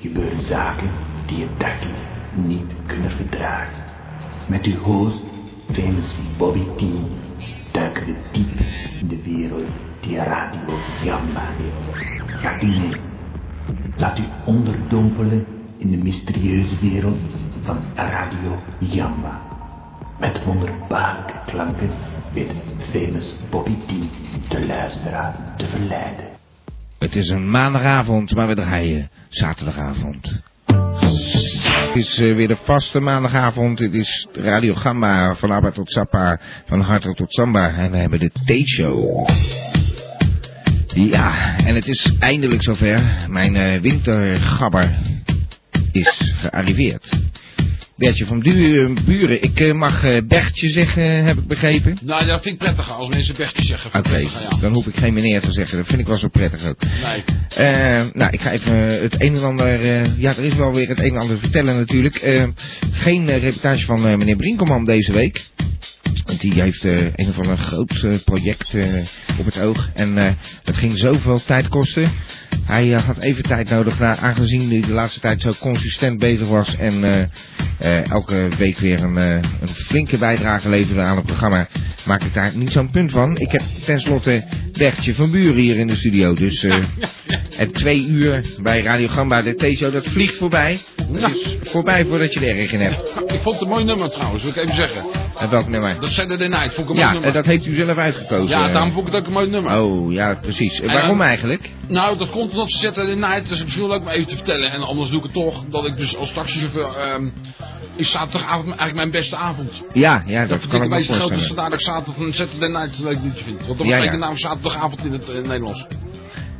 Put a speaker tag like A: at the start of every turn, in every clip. A: gebeuren zaken die je dagelijks niet kunnen verdragen. Met uw host, famous Bobby T, duiken we diep in de wereld die Radio Jamba heeft. Gaat u mee. Laat u onderdompelen in de mysterieuze wereld van Radio Jamba. Met wonderbaarlijke klanken weet famous Bobby T de luisteraar te verleiden.
B: Het is een maandagavond, maar we draaien zaterdagavond. Het is eh, weer de vaste maandagavond. Het is Radio Gamba, van Abba tot Sappa, van Harter tot Samba. En we hebben de T-show. Ja, en het is eindelijk zover. Mijn eh, wintergabber is gearriveerd. Bertje van Duur- Buren, ik eh, mag eh, Bertje zeggen, heb ik begrepen.
C: Nou, dat vind ik prettiger als mensen Bertje zeggen.
B: Oké, dan hoef ik geen meneer te zeggen. Dat vind ik wel zo prettig ook.
C: Nee.
B: Eh, nou, ik ga even eh, het een en ander... eh, ja, er is wel weer het een en ander te vertellen natuurlijk. Eh, geen eh, reportage van eh, meneer Brinkelman deze week. Want die heeft eh, een of ander groot eh, project eh, op het oog. En eh, dat ging zoveel tijd kosten. Hij eh, had even tijd nodig, na, aangezien hij de laatste tijd zo consistent bezig was. En eh, eh, elke week weer een, eh, een flinke bijdrage leverde aan het programma. Maak ik daar niet zo'n punt van. Ik heb tenslotte Bertje van Buren hier in de studio. Dus eh, en twee uur bij Radio Gamba, de T-show, dat vliegt voorbij. Dat is voorbij voordat je er erg in hebt.
C: Ik vond het een mooi nummer trouwens, wil ik even zeggen.
B: En welk nummer?
C: Dat Saturday Night vond ik een mooi
B: Ja,
C: nummer.
B: eh, dat heeft u zelf uitgekozen.
C: ja, daarom vond ik het ook een mooi nummer.
B: Oh, ja, precies. Eh,
C: En
B: Waarom
C: dan-
B: eigenlijk?
C: Nou, dat komt omdat Saturday Night, dus misschien leuk om even te vertellen. En anders doe ik het toch, dat ik dus als taxichauffeur... ehm is zaterdagavond eigenlijk mijn beste avond.
B: Ja, ja, dat,
C: dat
B: kan
C: vind
B: ik
C: ik
B: me
C: een beetje groot dat ze
B: voorstellen.
C: zaterdag zaterdag en Saturday Night een leuk liedje vindt. Want dan
B: Ja,
C: ja, ik
B: ja.
C: de naam zaterdagavond in het, in het Nederlands.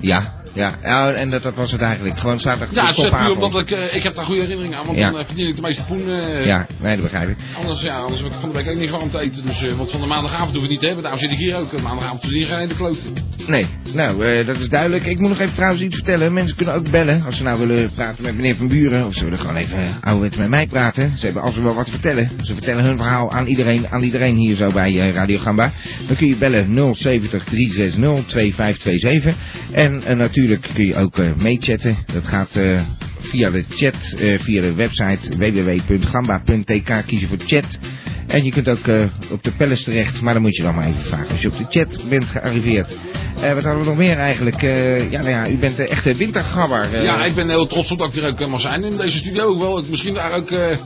B: Ja, ja. ja en dat, dat was het eigenlijk. Gewoon zaterdag
C: Ja,
B: ja,
C: het is puur
B: topavond.
C: omdat ik, eh, ik heb daar goede herinneringen aan, want
B: Ja.
C: dan eh, verdien ik de meeste poen. eh,
B: Ja, nee, dat begrijp ik.
C: Anders, ja, anders heb ik van de week ook niet gewoon te eten. Dus, eh, want van de maandagavond hoef ik het niet te hebben. Daarom zit ik hier ook. Eh, Maandagavond doe ik geen ene klote.
B: Nee, nou, eh, dat is duidelijk. Ik moet nog even trouwens iets vertellen. Mensen kunnen ook bellen als ze nou willen praten met meneer Van Buren. Of ze willen gewoon even oude ouderwets met mij praten. Ze hebben als ze wel wat te vertellen. Ze vertellen hun verhaal aan iedereen, aan iedereen hier zo bij eh, Radio Gamba. Dan kun je bellen 070 360 2527. En eh, natuurlijk kun je ook eh, meechatten. Dat gaat... eh, Via de chat, eh, via de website www.gamba.tk kiezen voor chat. En je kunt ook eh, op de palace terecht, maar dan moet je dan maar even vragen als je op de chat bent gearriveerd. Eh, wat hadden we nog meer eigenlijk? Eh, ja, nou ja, u bent de echte wintergabber. eh.
C: ja, ik ben heel trots op dat ik er ook eh, mag zijn in deze studio. Hoewel ik misschien daar ook eh,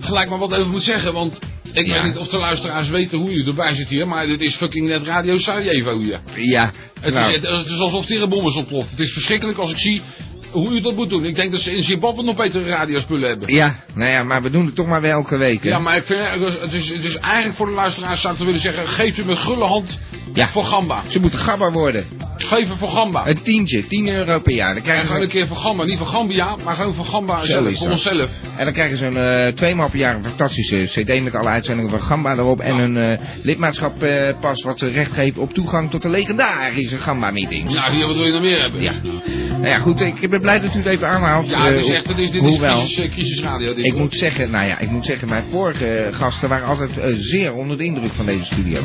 C: gelijk maar wat over moet zeggen. Want ik
B: Ja.
C: weet niet of de luisteraars weten hoe je erbij zit hier. Maar dit is fucking net Radio Sarajevo hier.
B: Ja,
C: Het,
B: nou,
C: is, het is alsof hier een bom is ontploft. Het is verschrikkelijk als ik zie hoe u dat moet doen. Ik denk dat ze in Zimbabwe nog betere radiospullen hebben.
B: ja, nou ja, maar we doen het toch maar weer elke week. hè?
C: Ja, maar ik vind, eh, dus- het is, het is eigenlijk voor de luisteraars zou ik willen zeggen, geef hem een gulle hand
B: Ja.
C: voor Gamba.
B: Ze moeten gabber worden.
C: Geef hem voor Gamba.
B: Een tientje, 10 euro per jaar.
C: Ah.
B: Dan
C: En
B: krijgen
C: gewoon een
B: ze,
C: keer voor Gamba, niet voor Gambia, maar gewoon voor Gamba
B: Zo
C: zelf,
B: is
C: voor
B: dat.
C: onszelf.
B: en dan krijgen ze een eh, tweemaal per jaar een fantastische cd met alle uitzendingen van Gamba erop. En een eh, lidmaatschap eh, pas wat ze recht geeft op toegang tot de legendarische Gamba-meetings.
C: Nou, hier, wat wil je nog meer hebben?
B: Ja. Nou ja, goed, ik ben blij dat u het even aanhaalt.
C: Ja, het is
B: eh,
C: echt, het is, dit is
B: hoewel,
C: crisis, eh, crisisradio. Dit
B: Ik moet zeggen, nou ja, ik moet zeggen, mijn vorige gasten waren altijd eh, zeer onder de indruk van deze studio.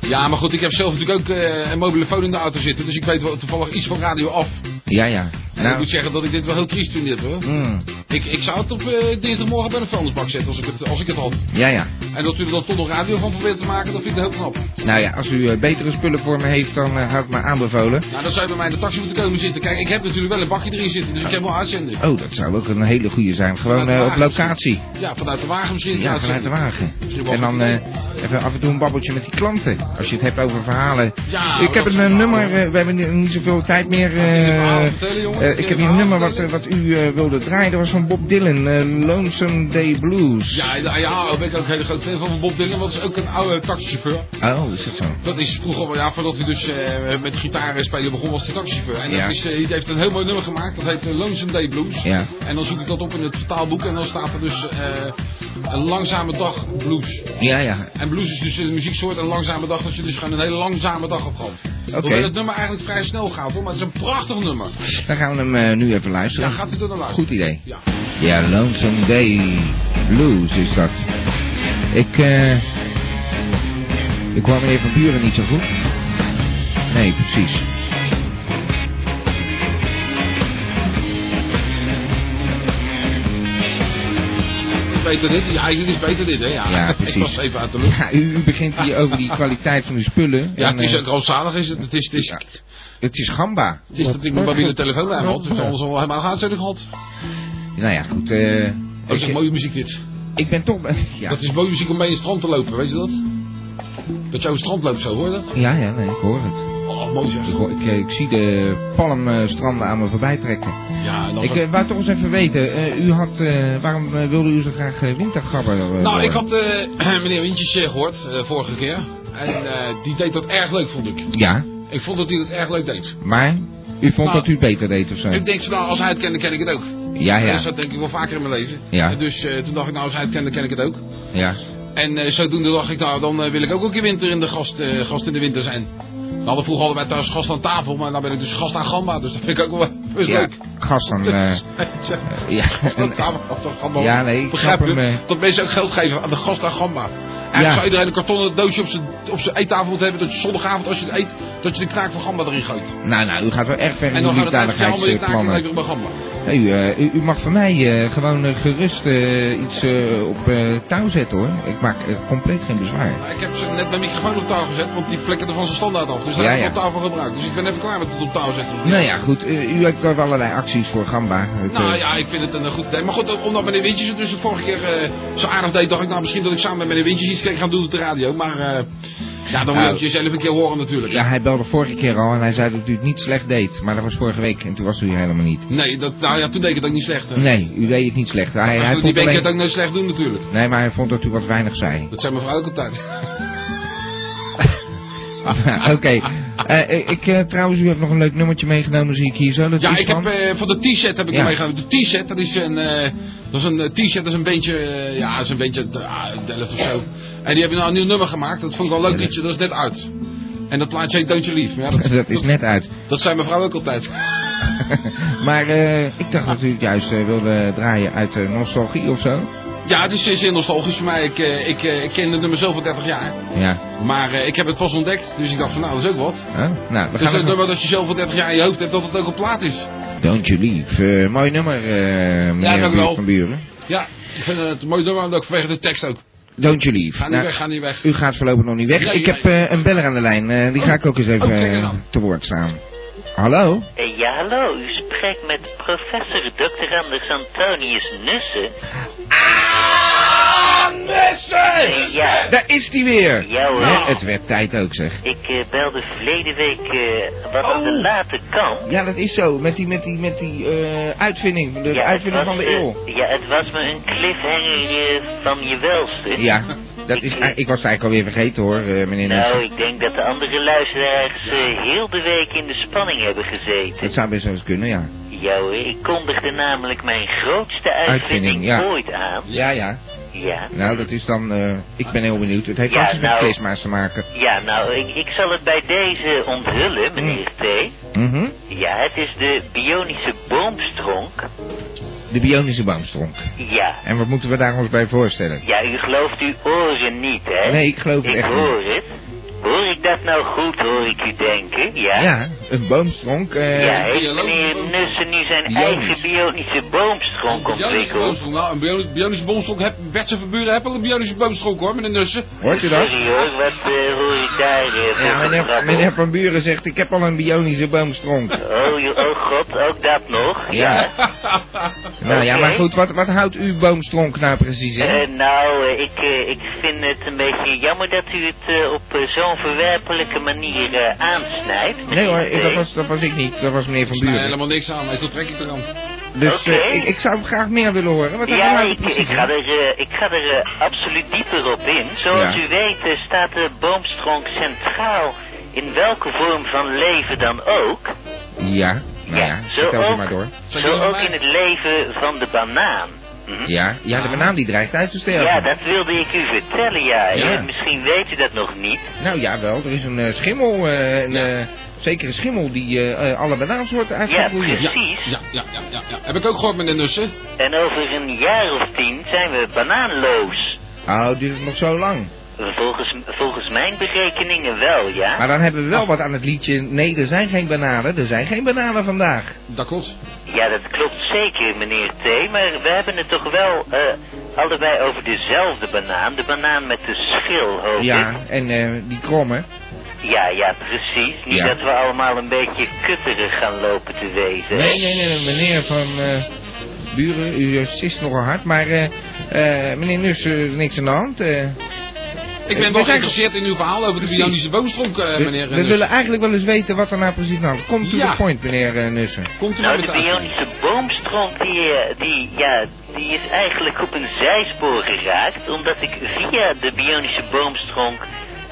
C: Ja, maar goed, ik heb zelf natuurlijk ook eh, een mobiele phone in de auto zitten, dus ik weet wel toevallig iets van radio af.
B: Ja, ja. Nou,
C: En ik moet zeggen dat ik dit wel heel triest vind, dit hoor.
B: mm,
C: Ik, ik zou het op eh, dinsdagmorgen bij de vuilnisbak zetten als ik het, als ik het had.
B: ja, ja.
C: En dat u er dan toch nog radio van probeert te maken, dat vind ik heel knap.
B: Nou ja, als u eh, betere spullen voor me heeft, dan eh, hou ik me aanbevolen.
C: Nou, dan zou je bij mij in de taxi moeten komen zitten. Kijk, ik heb natuurlijk wel een bakje erin zitten, dus ik heb wel uitzending.
B: Oh, dat zou ook een hele goede zijn. Gewoon eh, op locatie.
C: Ja, vanuit de wagen misschien.
B: Ja, vanuit de wagen. En dan eh, even af en toe een babbeltje met die klanten. Als je het hebt over verhalen.
C: Ja,
B: ik heb
C: dat
B: een
C: zijn
B: eh, nummer,
C: verhalen.
B: eh, we hebben ni- niet zoveel tijd meer.
C: Ja, kun je verhalen
B: eh,
C: vertellen, jongen?
B: eh,
C: Kun je
B: ik heb hier een
C: verhalen
B: nummer wat, eh,
C: vertellen?
B: wat u eh, wilde draaien. Dat was van Bob Dylan, eh, Lonesome Day Blues.
C: Ja, ja, ja, daar ben ik ook heel groot fan van, van Bob Dylan, want dat is ook een oude taxichauffeur.
B: Oh, is dat zo?
C: Dat is vroeger, wel, ja, voordat hij dus eh, met gitaren spelen begon, was hij taxichauffeur. En
B: Ja.
C: dat is, eh, hij heeft een heel mooi nummer gemaakt, dat heet eh, Lonesome Day Blues.
B: Ja.
C: En dan zoek ik dat op in het vertaalboek en dan staat er dus eh, een langzame dag blues.
B: Ja, ja.
C: En blues is dus een muzieksoort, een langzame dag, dat je dus gewoon een hele langzame dag hebt gehad. Hoewel het nummer eigenlijk vrij snel gaat hoor, maar het is een prachtig nummer.
B: Dan gaan we hem eh, nu even
C: Ja,
B: luisteren.
C: gaat u er naar luisteren.
B: Goed idee.
C: Ja.
B: Ja, Lonesome Day Blues is dat. Ik, eh... ik kwam meneer Van Buren niet zo goed. Nee, precies.
C: beter dit, je eigen is beter dit, hè? Ja,
B: Ja,
C: Ik
B: precies.
C: was even uit de lucht.
B: Ja, u, u begint hier over die kwaliteit van uw spullen.
C: Ja,
B: En,
C: het is
B: eh,
C: ook rampzalig, is het. Het is, het is,
B: ja. het is gamba.
C: het is dat ik mijn mobiele telefoon bij me had, dus anders al helemaal geen uitzending gehad.
B: Nou ja, goed. eh,
C: Oh, Dat is
B: ik,
C: mooie muziek dit.
B: ik ben toch... Ja,
C: Dat is mooie muziek om mee in het strand te lopen, weet je dat? Dat jouw strand loopt zo, hoor je dat?
B: ja, ja nee, ik hoor het.
C: Oh, mooi zeg.
B: Ik, hoor- ik, eh, ik zie de palmstranden aan me voorbij trekken.
C: Ja, en dan...
B: Ik eh, wou toch eens even weten, eh, u had, eh, waarom eh, wilde u zo graag eh, wintergabber eh,
C: Nou,
B: worden?
C: ik had eh, meneer Wintjes eh, gehoord eh, vorige keer. En eh, die deed dat erg leuk, vond ik.
B: Ja,
C: Ik vond dat hij dat erg leuk deed.
B: maar u vond
C: Nou,
B: dat u het beter deed of zo?
C: Ik denk, van, nou, als hij het kende, ken ik het ook.
B: Ja,
C: Dus
B: Ah, ja,
C: dat denk ik wel vaker in mijn leven.
B: Ja.
C: En Dus eh, toen dacht ik, nou, als hij het kende, ken ik het ook.
B: ja.
C: En eh, zodoende dacht ik, nou, dan eh, wil ik ook een keer winter in de gast, eh, gast in de winter zijn. We hadden vroeger hadden wij thuis gast aan tafel, maar nou ben ik dus gast aan gamba, dus dat vind ik ook wel best
B: Ja,
C: leuk.
B: gast dan... eh, ja,
C: Gast aan
B: en-
C: tafel, gast aan gamba.
B: ja, nee, ik
C: Begrijp
B: snap hem.
C: je?
B: eh,
C: Dat mensen ook geld geven aan de gast aan gamba. Eigenlijk
B: Ja.
C: zou iedereen een kartonnen doosje op zijn, op zijn eettafel moeten hebben, dat je zondagavond als je het eet, dat je de knaak van gamba erin gooit.
B: nou, nou, u gaat wel erg ver
C: En
B: in eh, uw
C: dan gaat het eigenlijk allemaal in knaak en
B: liefdadigheidsplannen.
C: leveren bij gamba.
B: Hey, u, eh, u, u mag van mij eh, gewoon eh, gerust eh, iets eh, op eh, touw zetten hoor. Ik maak eh, compleet geen bezwaar.
C: Nou, ik heb ze net mijn microfoon op tafel gezet, want die flikkerde van zijn standaard af. Dus dat
B: Ja,
C: heb ik
B: ja.
C: op tafel gebruikt. Dus ik ben even klaar met het op tafel zetten.
B: Nou ja, goed. eh, u heeft wel allerlei acties voor Gamba. Het,
C: Nou
B: eh,
C: ja, ik vind het een eh, goed idee. Maar goed, ook omdat meneer Windjes het dus de vorige keer eh, zo aardig deed, dacht ik nou misschien dat ik samen met meneer Windjes iets kan gaan doen op de radio. Maar eh, ja, dan moet je
B: Nou.
C: het jezelf een keer horen natuurlijk.
B: ja, hij belde vorige keer al en hij zei dat u het niet slecht deed. Maar dat was vorige week en toen was u hier helemaal niet.
C: Nee, dat, nou ja, toen deed ik het ook niet slecht. hè.
B: Nee, u deed het niet slecht. Hij,
C: Nou, Als
B: hij
C: we die
B: vond
C: ben ik
B: alleen...
C: het ook nooit slecht doen natuurlijk.
B: Nee, maar hij vond dat u wat weinig zei.
C: Dat zijn mijn vrouw ook altijd. Dus-
B: Ah, Oké. Eh, ik, eh, trouwens, u heeft nog een leuk nummertje meegenomen, zie ik hier zo. Dat
C: Ja,
B: is
C: ik
B: van-
C: heb eh, van de T-set heb ik
B: Ja.
C: hem meegenomen. De T-set, dat is een, eh, dat is een eh, T-set, dat is een bandje, eh, ja, dat is een bandje uit, eh, uit Delft of zo. En die hebben nou een nieuw nummer gemaakt. Dat vond ik wel een leuk
B: Ja,
C: liedje. Dat is net uit. En dat plaatje heet Don't You Leave. Maar Ja, dat,
B: dat is net uit.
C: dat zijn mijn vrouw ook altijd.
B: Maar eh, ik dacht dat u het juist eh, wilde draaien uit eh, nostalgie of zo.
C: Ja, het is zeer nostalgisch voor mij. Ik, eh, ik, eh, ik ken het nummer zelf al 30 jaar.
B: Ja.
C: Maar eh, ik heb het pas ontdekt, dus ik dacht van nou, dat is ook wat.
B: Huh? Nou, we
C: Dus
B: gaan
C: het
B: even...
C: nummer dat je zelf al 30 jaar in je hoofd hebt, dat het ook een plaat is.
B: Don't you leave. Eh, mooi nummer, eh meneer
C: dank u
B: Buurt
C: wel.
B: van Buren.
C: Ja, ik vind het een mooi nummer, en ook vanwege de tekst ook.
B: Don't you leave.
C: Ga niet
B: Nou,
C: weg, ga niet weg.
B: u gaat voorlopig nog niet weg.
C: Nee,
B: ik
C: nee.
B: heb eh, een beller aan de lijn. eh, die ga ik ook eens even
C: oh, kijk er dan.
B: eh, te woord staan. Hallo?
D: Eh, Ja, hallo. U spreekt met professor Dr. Anders Antonius Nussen. Ah, Nussen! ja,
B: Daar is die weer!
D: Ja, hoor.
B: Hè, het werd tijd ook, zeg.
D: ik eh, belde verleden week eh, wat aan de
B: Oh.
D: late kant.
B: Ja, dat is zo. Met die, met die, met die eh, uitvinding. De
D: Ja, het
B: uitvinding
D: was
B: van de
D: me-
B: eeuw.
D: Ja, het was me een cliffhanger eh, van je welste.
B: Ja, dat is, ah, ik was het eigenlijk alweer vergeten hoor, eh, meneer Nussen.
D: Nou, ik denk dat de andere luisteraars eh, heel de week in de spanning hebben gezeten.
B: Dat zou best wel eens kunnen, ja.
D: Ja hoor, ik kondigde namelijk mijn grootste
B: Uitvinding,
D: uitvinding,
B: ja.
D: ooit aan.
B: Ja, ja.
D: Ja.
B: Nou, dat is dan... eh, ik ben heel benieuwd. Het heeft
D: Ja,
B: alles met
D: nou.
B: kerstmaas te maken.
D: Ja, nou, ik, ik zal het bij deze onthullen, meneer T.
B: Mhm.
D: Ja, het is de bionische boomstronk.
B: De bionische boomstronk.
D: Ja.
B: En wat moeten we daar ons bij voorstellen?
D: Ja, u gelooft uw oren niet, hè?
B: Nee, ik geloof het
D: Ik
B: echt niet.
D: hoor het. Hoor ik dat nou goed, hoor ik u denken? Ja.
B: Ja, een boomstronk. eh,
D: ja, heeft
C: biologische
D: meneer
C: boom-
D: Nussen nu zijn
B: Bionisch.
D: eigen bionische boomstronk
C: Bionische
D: ontwikkeld?
C: boomstronk, nou, een bio- bionische boomstronk, heb, Bert zijn verburen hebben al een bionische boomstronk hoor, meneer Nussen.
B: Hoort u dat?
D: Sorry hoor, wat eh, hoor ik daar eh, voor
B: Ja, meneer,
D: gebrabbel?
B: meneer Van Buren zegt, ik heb al een bionische boomstronk.
D: Oh, joh, oh god, ook dat nog?
B: Ja. Nou ja, maar goed, wat, wat houdt uw boomstronk nou precies in?
D: Eh, nou, eh, ik, eh, ik vind het een beetje jammer dat u het eh, op eh, zo'n verwerpelijke manier eh, aansnijdt.
B: Nee hoor,
D: meneer
B: ik- dat
D: T.
B: was, dat was ik niet. Dat was meneer Van
C: Er is
B: Buren.
C: helemaal niks aan, maar zo trek ik er aan.
B: Dus eh,
D: Oké.
B: ik, ik zou graag meer willen horen. Wat heb je
D: Ja,
B: nou
D: ik,
B: precies
D: ik
B: in?
D: ga er, eh, ik ga er eh, absoluut dieper op in. Zoals
B: Ja.
D: u weet eh, staat de boomstronk centraal in welke vorm van leven dan ook.
B: Ja, nou ja,
D: Ja, zo
B: vertel ze
D: ook. Hm?
B: maar door.
C: Zeg
D: zo
C: je
D: ook
C: maar.
D: in het leven van de banaan. Hm?
B: Ja, ja de banaan die dreigt uit te sterven.
D: Ja, dat wilde ik u vertellen, ja.
B: Ja.
D: Eh, Misschien weet u dat nog niet.
B: Nou ja, wel. Er is een eh, schimmel, eh, een eh, zekere schimmel die eh, eh, alle banaansoorten uit gaat
D: Ja,
B: groeien.
C: Ja,
D: Precies.
C: ja, ja, ja, ja, ja. Heb ik ook gehoord, meneer Nussen.
D: En over een jaar of tien zijn we banaanloos.
B: Oh, duurt het nog zo lang.
D: Volgens, volgens mijn berekeningen wel, ja.
B: Maar dan hebben we
D: Ah.
B: wel wat aan het liedje. Nee, er zijn geen bananen. Er zijn geen bananen vandaag.
C: Dat klopt.
D: Ja, dat klopt zeker, meneer T. Maar we hebben het toch wel eh, Allebei over dezelfde banaan, de banaan met de schil, hoop ik.
B: Ja, en eh, die kromme.
D: Ja, ja, precies. Niet
B: Ja.
D: dat we allemaal een beetje kutterig gaan lopen te wezen.
B: Nee, nee, nee, meneer van eh, Buren, u eh, sist nogal hard, maar eh, eh, meneer Nus, eh, niks aan de hand. eh.
C: Ik ben
B: zijn-
C: wel geïnteresseerd in uw verhaal over de
B: Precies.
C: bionische boomstronk, eh,
B: we
C: meneer.
B: we
C: Nussen.
B: willen eigenlijk wel eens weten wat er nou precies nou Komt to
C: Ja.
B: the point, meneer eh, Nussen.
C: Komt u maar
D: Nou,
C: met
D: de
C: de uitleg.
D: bionische boomstronk, die, eh, die, ja, die is eigenlijk op een zijspoor geraakt, omdat ik via de bionische boomstronk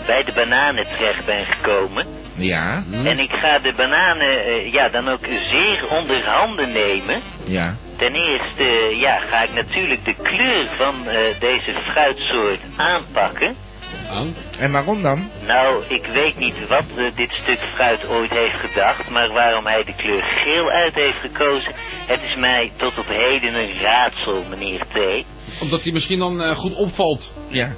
D: bij de bananen terecht ben gekomen.
B: Ja,
D: En ik ga de bananen, eh, ja, dan ook zeer onder handen nemen.
B: ja.
D: Ten eerste, ja, ga ik natuurlijk de kleur van eh, deze fruitsoort aanpakken.
C: Oh.
B: En waarom dan?
D: Nou, ik weet niet wat eh, dit stuk fruit ooit heeft gedacht, maar waarom hij de kleur geel uit heeft gekozen, het is mij tot op heden een raadsel, meneer T.
C: Omdat hij misschien dan eh, goed opvalt.
B: Ja. En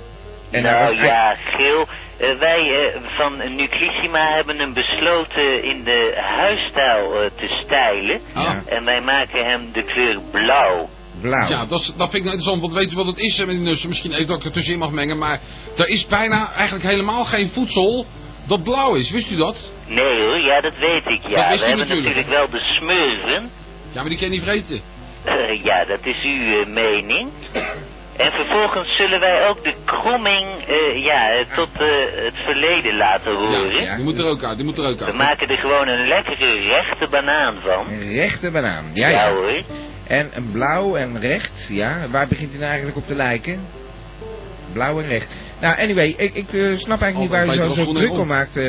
B: hij
D: nou
B: was eigenlijk-
D: ja, geel. Eh, wij eh, van Nuclissima hebben hem besloten in de huisstijl eh, te stijlen.
B: Ja.
C: Ja.
D: En wij maken hem de kleur blauw.
B: blauw.
C: Ja, dat, is- dat vind ik nou interessant, want weet u wat het is, eh, meneer Nussen? Misschien even dat ik er tussenin mag mengen, maar er is bijna eigenlijk helemaal geen voedsel dat blauw is. Wist u dat?
D: Nee hoor, ja dat weet ik ja.
C: Dat wist
D: We
C: u
D: hebben
C: natuurlijk.
D: natuurlijk wel de smurven.
C: Ja, maar die kan je niet vreten.
D: Eh, ja, dat is uw eh, mening. En vervolgens zullen wij ook de kromming eh, ja, eh, tot eh, het verleden laten horen.
C: Ja, die moet er ook uit, die moet er ook
D: We
C: uit.
D: maken er gewoon een lekkere rechte banaan van.
B: Een rechte banaan, ja, ja.
D: hoor.
B: En een blauw en recht, ja. Waar begint hij nou eigenlijk op te lijken? Blauw en recht. Nou, anyway, ik, ik eh, snap
C: Oh, dat
B: eigenlijk niet waar u
C: lijkt
B: zo,
C: wel
B: zo
C: schoenen
B: druk om
C: rond.
B: maakt, eh,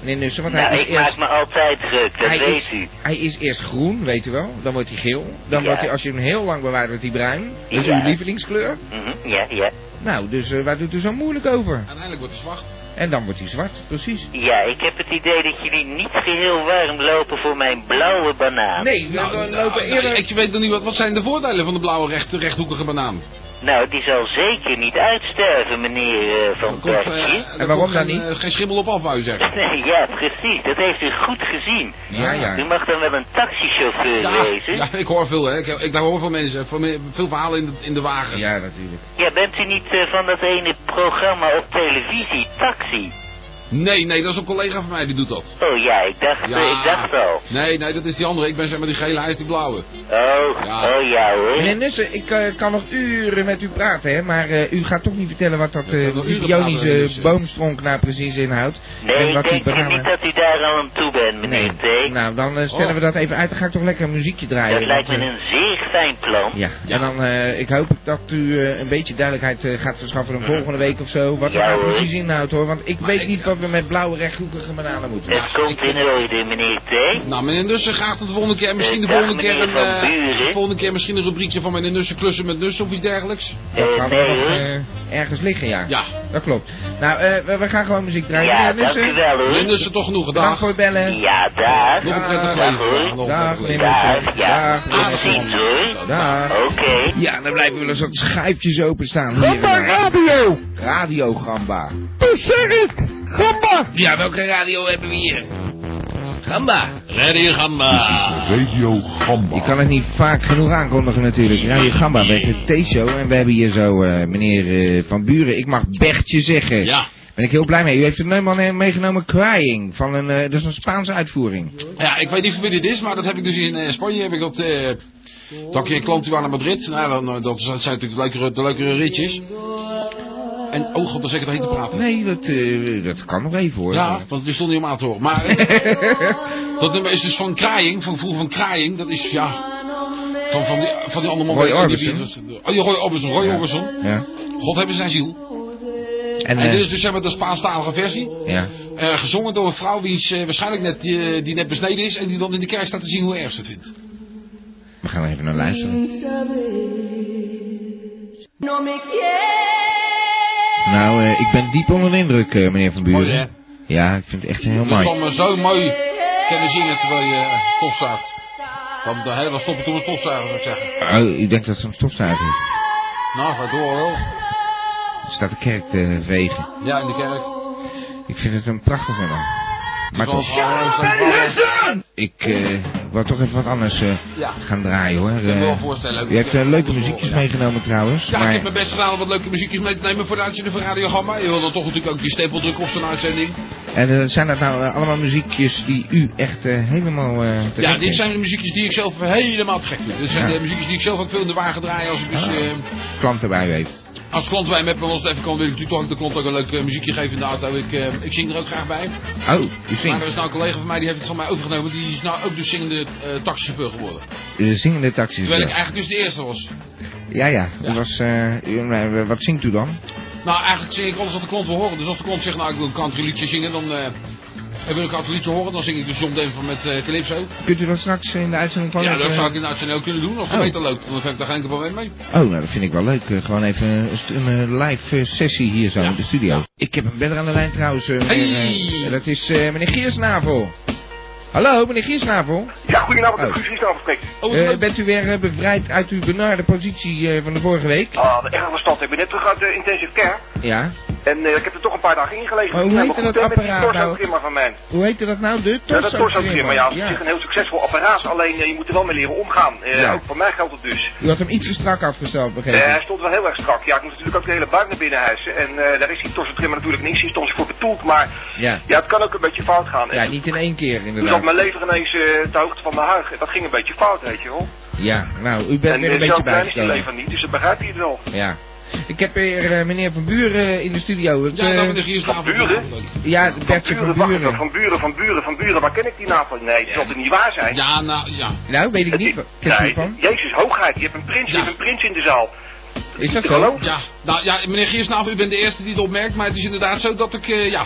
B: meneer Nussen. Want
D: Nou,
B: hij is
D: ik
B: eerst...
D: maak me altijd druk, dat
B: hij
D: weet
B: is,
D: u.
B: hij is eerst groen, weet u wel. Dan wordt hij geel. Dan
D: Ja.
B: wordt hij, als je hem heel lang bewaart, wordt hij bruin. Dat is
D: Ja.
B: uw lievelingskleur.
D: Mhm, ja, ja.
B: Nou, dus eh, waar doet u zo moeilijk over?
C: Uiteindelijk wordt het zwart.
B: En dan wordt hij zwart, precies.
D: Ja, ik heb het idee dat jullie niet geheel warm lopen voor mijn blauwe banaan.
B: Nee, we
C: Nou,
B: we
C: nou,
B: lopen
C: nou,
B: eerder...
C: ik weet nog niet, wat, wat zijn de voordelen van de blauwe recht, rechthoekige banaan?
D: Nou, die zal zeker niet uitsterven, meneer eh,
C: Daar
D: Van
C: komt, eh,
D: Pertje.
C: daar
B: En waarom
C: komt
B: dan
C: geen,
B: niet?
C: eh, geen schimmel op af, wou je zeggen.
D: Nee, ja, precies. Dat heeft u goed gezien.
B: Ja, ja.
D: U mag dan wel een taxichauffeur
C: Ja,
D: wezen. Ja.
C: ja, ik hoor veel, hè. Ik, ik daar hoor veel mensen, veel, me- veel verhalen in de, in de wagen.
B: Ja, natuurlijk.
D: bent u niet eh, van dat ene programma op televisie, Taxi?
C: Nee, nee, dat is een collega van mij die doet dat.
D: Oh ja, ik dacht,
C: Ja.
D: eh, ik dacht al.
C: Nee, nee, dat is die andere. Ik ben zeg maar die gele, hij is die blauwe.
D: Oh,
C: Ja.
D: oh ja hoor.
B: Meneer Nussen, ik eh, kan nog uren met u praten, hè, maar eh, u gaat toch niet vertellen wat dat
C: We kunnen
B: eh,
C: nog
B: die
C: uren praten, dus, eh,
B: bionische
C: meneer Nussen.
B: boomstronk nou precies inhoudt.
D: Nee,
B: en wat
D: ik
B: die
D: denk niet
B: bananen...
D: dat u daar al aan toe bent, meneer
B: Nee,
D: T.
B: nou dan eh, stellen
C: Oh.
B: we dat even uit. Dan ga ik toch lekker een muziekje draaien.
D: dat lijkt me
B: want, eh,
D: een zeer fijn plan.
B: Ja,
C: Ja.
B: en dan eh, ik hoop dat u eh, een beetje duidelijkheid eh, gaat verschaffen om volgende week of zo. Wat
D: Ja,
B: het nou
D: hoor.
B: precies inhoudt hoor, want ik
C: Maar
B: weet
C: ik-
B: niet wat we met blauwe rechthoekige bananen moeten.
D: Het komt in orde, meneer T.
C: Nou, meneer Nussen gaat het de volgende keer, misschien de
D: Eh, dag,
C: volgende keer, een,
D: meneer Van
C: eh,
D: Buren.
C: de volgende keer misschien een rubriekje van meneer Nussen klussen met Nussen of iets dergelijks.
B: Dat
D: Eh,
B: gaat
D: nee
B: nog
D: hoor.
B: eh, ergens liggen, ja.
C: Ja.
B: Dat klopt. Nou, eh, we, we gaan gewoon muziek draaien.
D: Ja,
B: dus, eh, Meneer
D: dank u
B: Nussen,
D: wel
C: Meneer
D: hoor.
C: Nussen toch genoeg
B: bedankt
C: gedacht.
B: voor het bellen.
D: Ja, daar.
C: Nog een prettig
B: Dag,
C: leven. vandaag, nog een
B: Dag,
C: prettig leven.
D: Dag, ja. Oh.
B: Dag, meneer
D: Tot ziens hoor.
B: Dag.
D: Oké.
B: Ja, dan blijven wel eens wat schuipjes openstaan. Gamba Radio! Radio Gamba. Gamba! Ja, welke radio hebben we hier? Gamba.
C: Radio Gamba.
A: Radio Gamba.
B: Ik kan het niet vaak genoeg aankondigen natuurlijk. Radio Gamba werd de T-show en we hebben hier zo eh, meneer eh, Van Buren. Ik mag Bertje zeggen.
C: Ja.
B: Ben ik heel blij mee. U heeft een nummer eh, meegenomen, Crying. Van een, eh, dat is een Spaanse uitvoering.
C: Ja, ik weet niet van wie dit is, maar dat heb ik dus in eh, Spanje. Heb ik dat, eh dat keer klant die waren naar Madrid. Nou, dan, eh, dat zijn natuurlijk de leukere, de leukere ritjes. En, oh god, dan zeg ik het heen te praten.
B: Nee, dat, eh, dat kan nog even hoor.
C: Ja, want die stond niet om aan te horen. Maar eh, dat nummer is dus van Kraaiing, van vroeger van Kraaiing. Dat is, ja, van, van, die, van die andere man.
B: Roy
C: die- die-
B: Orbison.
C: die- Oh, ja, Roy Orbison, Roy
B: Ja.
C: Orbison.
B: Ja.
C: God hebben zijn ziel.
B: En,
C: En
B: eh,
C: dit is dus zeg maar de Spaanstalige versie.
B: ja.
C: eh, gezongen door een vrouw die is, eh, waarschijnlijk net, eh, die net besneden is. En die dan in de kerk staat te zien hoe erg ze het vindt.
B: Oh, We gaan er even naar luisteren.
E: saber. No me quieres.
B: Nou, eh, ik ben diep onder de indruk, eh, meneer Van Buren.
C: Mooi, hè?
B: Ja, ik vind het echt heel
C: Dat
B: mooi.
C: zal me zo mooi kunnen zingen terwijl je eh, stofzuigt. Want de hele stoppen toen we stofzuigen, zou ik zeggen.
B: Oh, u denkt dat het een stofzuiger is.
C: Nou, ga door hoor.
B: Er staat de kerk te vegen.
C: Ja, in de kerk.
B: Ik vind het een prachtig nummer. Maar
C: Zoals
B: toch,
C: alles en alles.
B: ik eh wou toch even wat anders eh,
C: Ja.
B: gaan draaien hoor.
C: kan me wel
B: Eh,
C: voorstellen.
B: je hebt eh, leuke muziekjes
C: Ja.
B: meegenomen trouwens.
C: Ja, ik
B: maar
C: heb mijn best gedaan om wat leuke muziekjes mee te nemen voor de uitzending van Radio Gamma. Je wilde toch natuurlijk ook die stempel drukken op zijn uitzending.
B: En eh, zijn dat nou eh, allemaal muziekjes die u echt eh, helemaal eh terecht
C: Ja, dit
B: vindt?
C: zijn de muziekjes die ik zelf helemaal te gek vind. Dit zijn
B: Ja.
C: de muziekjes die ik zelf ook veel in de wagen draai. Als ik dus
B: Ah.
C: eh,
B: klanten bij u heeft.
C: als klant bij me heb, als het even kan, wil ik natuurlijk toch ook de klant ook een leuk eh, muziekje geven in de auto. Ik, eh, ik zing er ook graag bij.
B: Oh,
C: Maar
B: u
C: er
B: zingt.
C: is nou een collega van mij, die heeft het van mij overgenomen. Die is nou ook dus zingende eh taxichauffeur geworden.
B: Eh, zingende taxis.
C: Terwijl ik
B: wel.
C: eigenlijk dus de eerste was.
B: Ja, ja.
C: Ja.
B: U was, eh, u- eh, wat zingt u dan?
C: Nou, eigenlijk zing ik alles wat de klant wil horen. Dus als de klant zegt, nou, ik wil een country liedje zingen, dan... eh en wil ik een country liedje horen, dan zing ik dus soms even met eh Calypso.
B: Kunt u dat straks in de uitzending van
C: Ja,
B: het,
C: dat
B: eh,
C: zou ik in de uitzending ook kunnen doen. Als het
B: Oh.
C: beter loopt, dan heb ik daar geen enkel probleem mee.
B: Oh, nou dat vind ik wel leuk. Eh, gewoon even een, st- een eh, live eh, sessie hier zo
C: Ja.
B: in de studio. Ik heb een beller aan de lijn trouwens. eh, meneer,
C: Hey!
B: eh, dat is eh, meneer Giersnavel. Hallo, meneer Giersnavel.
F: Ja, goedenavond,
B: Oh.
F: dat Guus Riesnavel spreekt.
C: Oh, wat
B: Eh,
C: leuk.
B: bent u weer eh, bevrijd uit uw benarde positie eh, van de vorige week?
F: Ah, wat erg was dat. Ik ben net terug uit de intensive care.
C: Oh.
B: Ja.
F: En eh, ik heb er toch een paar dagen ingelezen.
B: Maar hoe
F: Het is
B: heette
F: helemaal
B: dat
F: goed, hè,
B: apparaat
F: Met die
B: nou?
F: torso-trimmer van mij.
B: Hoe heette dat nou? De
F: Ja, dat
B: torso
F: torso-trimmer, ja. Dat is op zich een heel succesvol apparaat. Alleen eh, je moet er wel mee leren omgaan. Eh,
B: Ja.
F: Ook voor mij geldt het dus.
B: U had hem iets te strak afgesteld,
F: Eh,
B: begrepen.
F: hij stond wel heel erg strak. Ja, ik moest natuurlijk ook de hele buik naar binnen hijsen. En eh, daar is die torso-trimmer natuurlijk niks instantie voor bedoeld. Maar
B: Ja.
F: ja, het kan ook een beetje fout gaan.
B: Ja,
F: En
B: niet in één keer
F: Toen zat
B: inderdaad.
F: mijn lever ineens eh de hoogte van mijn huig. En dat ging een beetje fout, weet je wel.
B: Ja, nou, u bent
F: En
B: weer een
F: eh, zo
B: beetje
F: klein is die
B: bijgekomen.
F: lever niet, dus dat begrijp je het wel.
B: Ja. Ik heb hier eh, meneer Van Buren eh, in de studio. Het,
C: Ja,
B: eh,
C: dat ben ik hier
F: Van Buren?
B: ja, Bertje
F: Buren,
B: Van
F: wacht even,
B: Buren.
F: van buren, van buren, van buren, waar ken ik die naam van? Nee, dat zal toch niet waar zijn?
C: Ja, nou, ja.
B: Nou, weet ik
F: Het
B: niet.
F: is-
B: Kent u
F: nee,
B: ervan?
F: Jezus, hoogheid, je hebt een prins, je
C: Ja.
F: hebt een prins in de zaal.
B: Is dat
F: te
B: zo?
F: geloven?
C: Ja, nou ja, meneer Giersnavel, u bent de eerste die het opmerkt, maar het is inderdaad zo dat ik, eh, ja...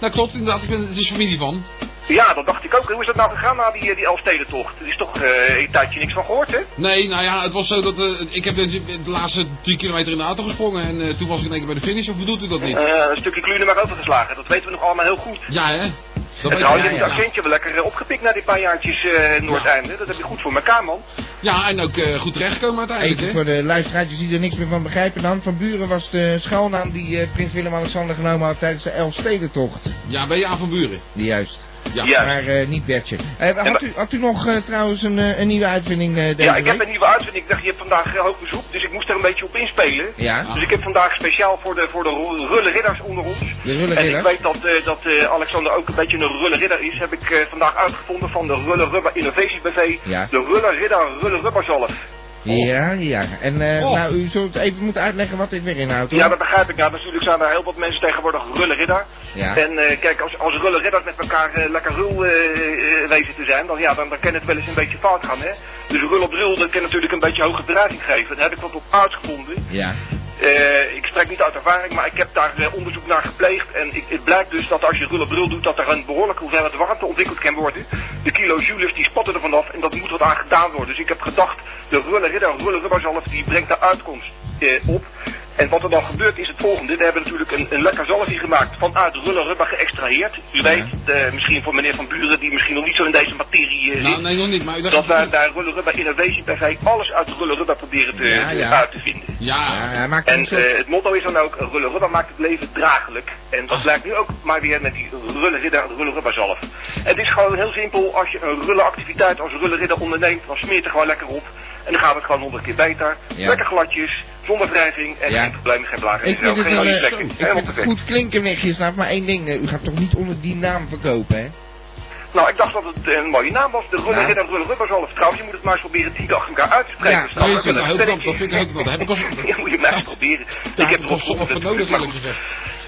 C: Nou klopt, inderdaad, ik ben het is familie van.
F: Ja, dat dacht ik ook. Hoe is dat nou gegaan na die, eh, die Elfstedentocht? Er is toch eh, een tijdje niks van gehoord, hè?
C: Nee, nou ja, het was zo dat eh, ik heb de, de laatste drie kilometer in de auto gesprongen en eh, toen was ik in één keer bij de finish, of bedoelt u dat niet?
F: Eh, een stukje klunen maar overgeslagen, dat weten we nog allemaal heel goed.
C: Ja, hè? Dat
F: En
C: weet
F: hou
C: ik.
F: je het
C: ja, ja.
F: accentje wel lekker eh, opgepikt na die paar jaartjes eh Noordeinde. Dat heb je goed voor elkaar, man.
C: Ja, en ook eh, goed terechtkomen uiteindelijk,
B: Even
C: hè?
B: voor de luisteraartjes die er niks meer van begrijpen dan. Van Buren was de schuilnaam die eh, prins Willem-Alexander genomen had tijdens de Elfstedentocht.
C: Ja, ben je aan van buren?
B: Juist.
C: Ja.
F: Ja.
B: Maar eh, niet Bertje. Eh,
F: maar-
B: had, u, had u nog eh, trouwens een, eh, een nieuwe uitvinding eh, deze
F: Ja, ik heb
B: week?
F: een nieuwe uitvinding. Ik dacht, je hebt vandaag eh, hoog bezoek, dus ik moest er een beetje op inspelen.
B: Ja,
C: Ah.
F: Dus ik heb vandaag speciaal voor de, voor de ru- rulle ridders onder ons.
B: de rulle
F: En ik
B: ridder.
F: weet dat, eh, dat eh, Alexander ook een beetje een rulle ridder is. Heb ik eh, vandaag uitgevonden van de Rulle Rubber Innovaties BV.
B: Ja.
F: De Rulle Ridder Rulle Rubberzalf.
B: Ja, ja. En eh,
C: Oh.
B: nou, u zult even moeten uitleggen wat dit weer inhoudt. hoor.
F: Ja, dat begrijp ik. Nou, natuurlijk zijn er heel wat mensen tegenwoordig Rulle Ridder.
B: Ja.
F: En eh, kijk, als, als Rulle Ridders met elkaar eh, lekker rul eh, eh, wezen te zijn, dan, ja, dan, dan kan het wel eens een beetje fout gaan. Hè? Dus rul op rul, dat kan natuurlijk een beetje hoge dreiging geven. Daar heb ik wat op uitgevonden.
B: Ja.
F: Eh, ik spreek niet uit ervaring, maar ik heb daar eh, onderzoek naar gepleegd. En ik, het blijkt dus dat als je rulle brul doet, dat er een behoorlijke hoeveelheid warmte ontwikkeld kan worden. De kilojoules die spatten er vanaf en dat moet wat aan gedaan worden. Dus ik heb gedacht, de rulle ridder, rulle rubberzalf, die brengt de uitkomst eh, op. En wat er dan gebeurt is het volgende. We hebben natuurlijk een, een lekker zalfje gemaakt vanuit rulle rubber geëxtraheerd. U weet, eh, misschien voor meneer Van Buren, die misschien nog niet zo in deze materie eh,
C: Nou,
F: zit.
C: nee, nog niet, maar u dacht...
F: Dat eh, wij bij Rulle Rubber Innovation PV alles uit Rulle Rubber proberen te,
B: Ja,
F: te-
B: ja.
F: uit te vinden.
B: Ja,
C: Ja,
B: hij maakt
F: Ah. En
B: een soort-
F: eh, het motto is dan ook, rulle rubber maakt het leven draaglijk. En dat blijkt nu ook maar weer met die rulle ridder, rulle rubber zalf. Het is gewoon heel simpel, als je een rulle activiteit als rulle ridder onderneemt, dan smeert er gewoon lekker op. En dan gaat het gewoon honderd keer beter.
B: Ja.
F: Lekker gladjes, zonder wrijving en
B: Ja.
F: geen problemen, geen blagen.
B: ik vind
F: nou,
B: het,
F: geen
B: wel, eh,
F: uittrekking.
B: ik
F: Helemaal
B: vind het
F: perfect.
B: goed klinken, meneer Giersnaap, maar één ding. eh, u gaat toch niet onder die naam verkopen, hè?
F: Nou, ik dacht dat het een mooie naam was, de rulle
B: Ja.
F: ridder, rulle rubber zalf. Trouwens, je moet het maar eens proberen tien dagen elkaar uit te spreken.
B: Ja,
F: snap je?
C: dat vind ik
F: Met een
C: heel knap,
F: spelletje.
C: dat vind ik heel knap. Daar heb ik al-
F: Ja, moet je maar eens proberen.
C: daar heb ik
F: er
C: al
F: op-
C: sommige voor
F: op-
C: nodig,
F: maar
C: eerlijk
F: goed,
C: gezegd.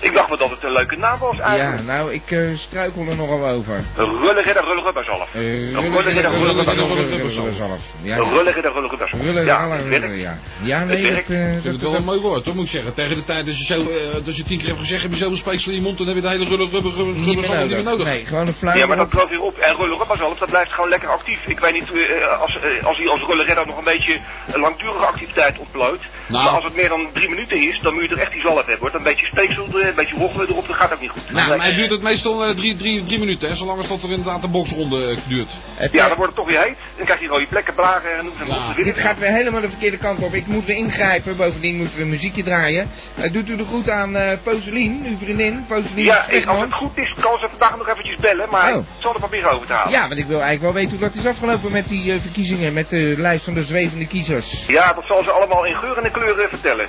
F: Ik dacht wel dat het een leuke naam was eigenlijk.
B: Ja, nou, ik eh, struikel er nogal over.
F: Rullige de rullige bezalf.
B: Eh,
F: Rulle, Rulle,
B: ridder, Rulle,
F: Rulle,
B: Rulle,
C: Rulle,
B: Rulle,
C: Rulle,
B: Rulle, Ja, ja.
F: Rullige de rullige bezalf.
B: Rulle,
F: Ja,
B: Rulle,
F: het
B: Rulle,
F: werkt.
B: ja. Ja, nee,
F: Het
B: dat...
F: werkt.
B: eh,
C: Ik vind het
B: dat-
C: wel een
B: dat-
C: mooi woord, hoor, moet ik zeggen. Tegen de tijd dat je, zo, eh, dat je tien keer hebt gezegd, heb je zoveel speeksel in je mond, dan heb je de hele rulle rubber, rubber,
B: niet
C: rubber,
B: meer
C: zand niet meer nodig.
B: Nee, gewoon een flauw.
F: Ja, maar dat klopt weer op. En Rulle bezalf, dat blijft gewoon lekker actief. Ik weet niet, eh, als, eh, als hij als Rulle Redder nog een beetje een langdurige activiteit ontbloot.
C: Nou.
F: Maar als het meer dan drie minuten is, dan moet je er echt die zalf hebben hoor. Dan Een beetje speeksel eh, beetje rochelen erop, dat gaat ook niet goed.
C: Nou,
F: Nee.
C: maar het duurt het meestal eh, drie, drie, drie minuten, hè, zolang als dat er inderdaad een boxronde eh, duurt.
B: Het,
F: Ja,
B: eh,
F: dan wordt het toch weer heet. Dan krijg je rode plekken, blagen en noem ze maar
C: Ja.
F: op.
B: dit gaat weer helemaal de verkeerde kant op. Ik moet weer ingrijpen. Bovendien moeten we een muziekje draaien. Eh, doet u de goed aan eh Poselien, uw vriendin. Poselien
F: Ja, ik, als
B: Stegman.
F: het goed is, kan ze vandaag nog eventjes bellen, maar
B: Oh.
F: ik zal er proberen over te halen.
B: Ja, want ik wil eigenlijk wel weten hoe dat is afgelopen met die eh, verkiezingen. Met de lijst van de zwevende kiezers.
F: Ja, dat zal ze allemaal in geur en in kleuren vertellen.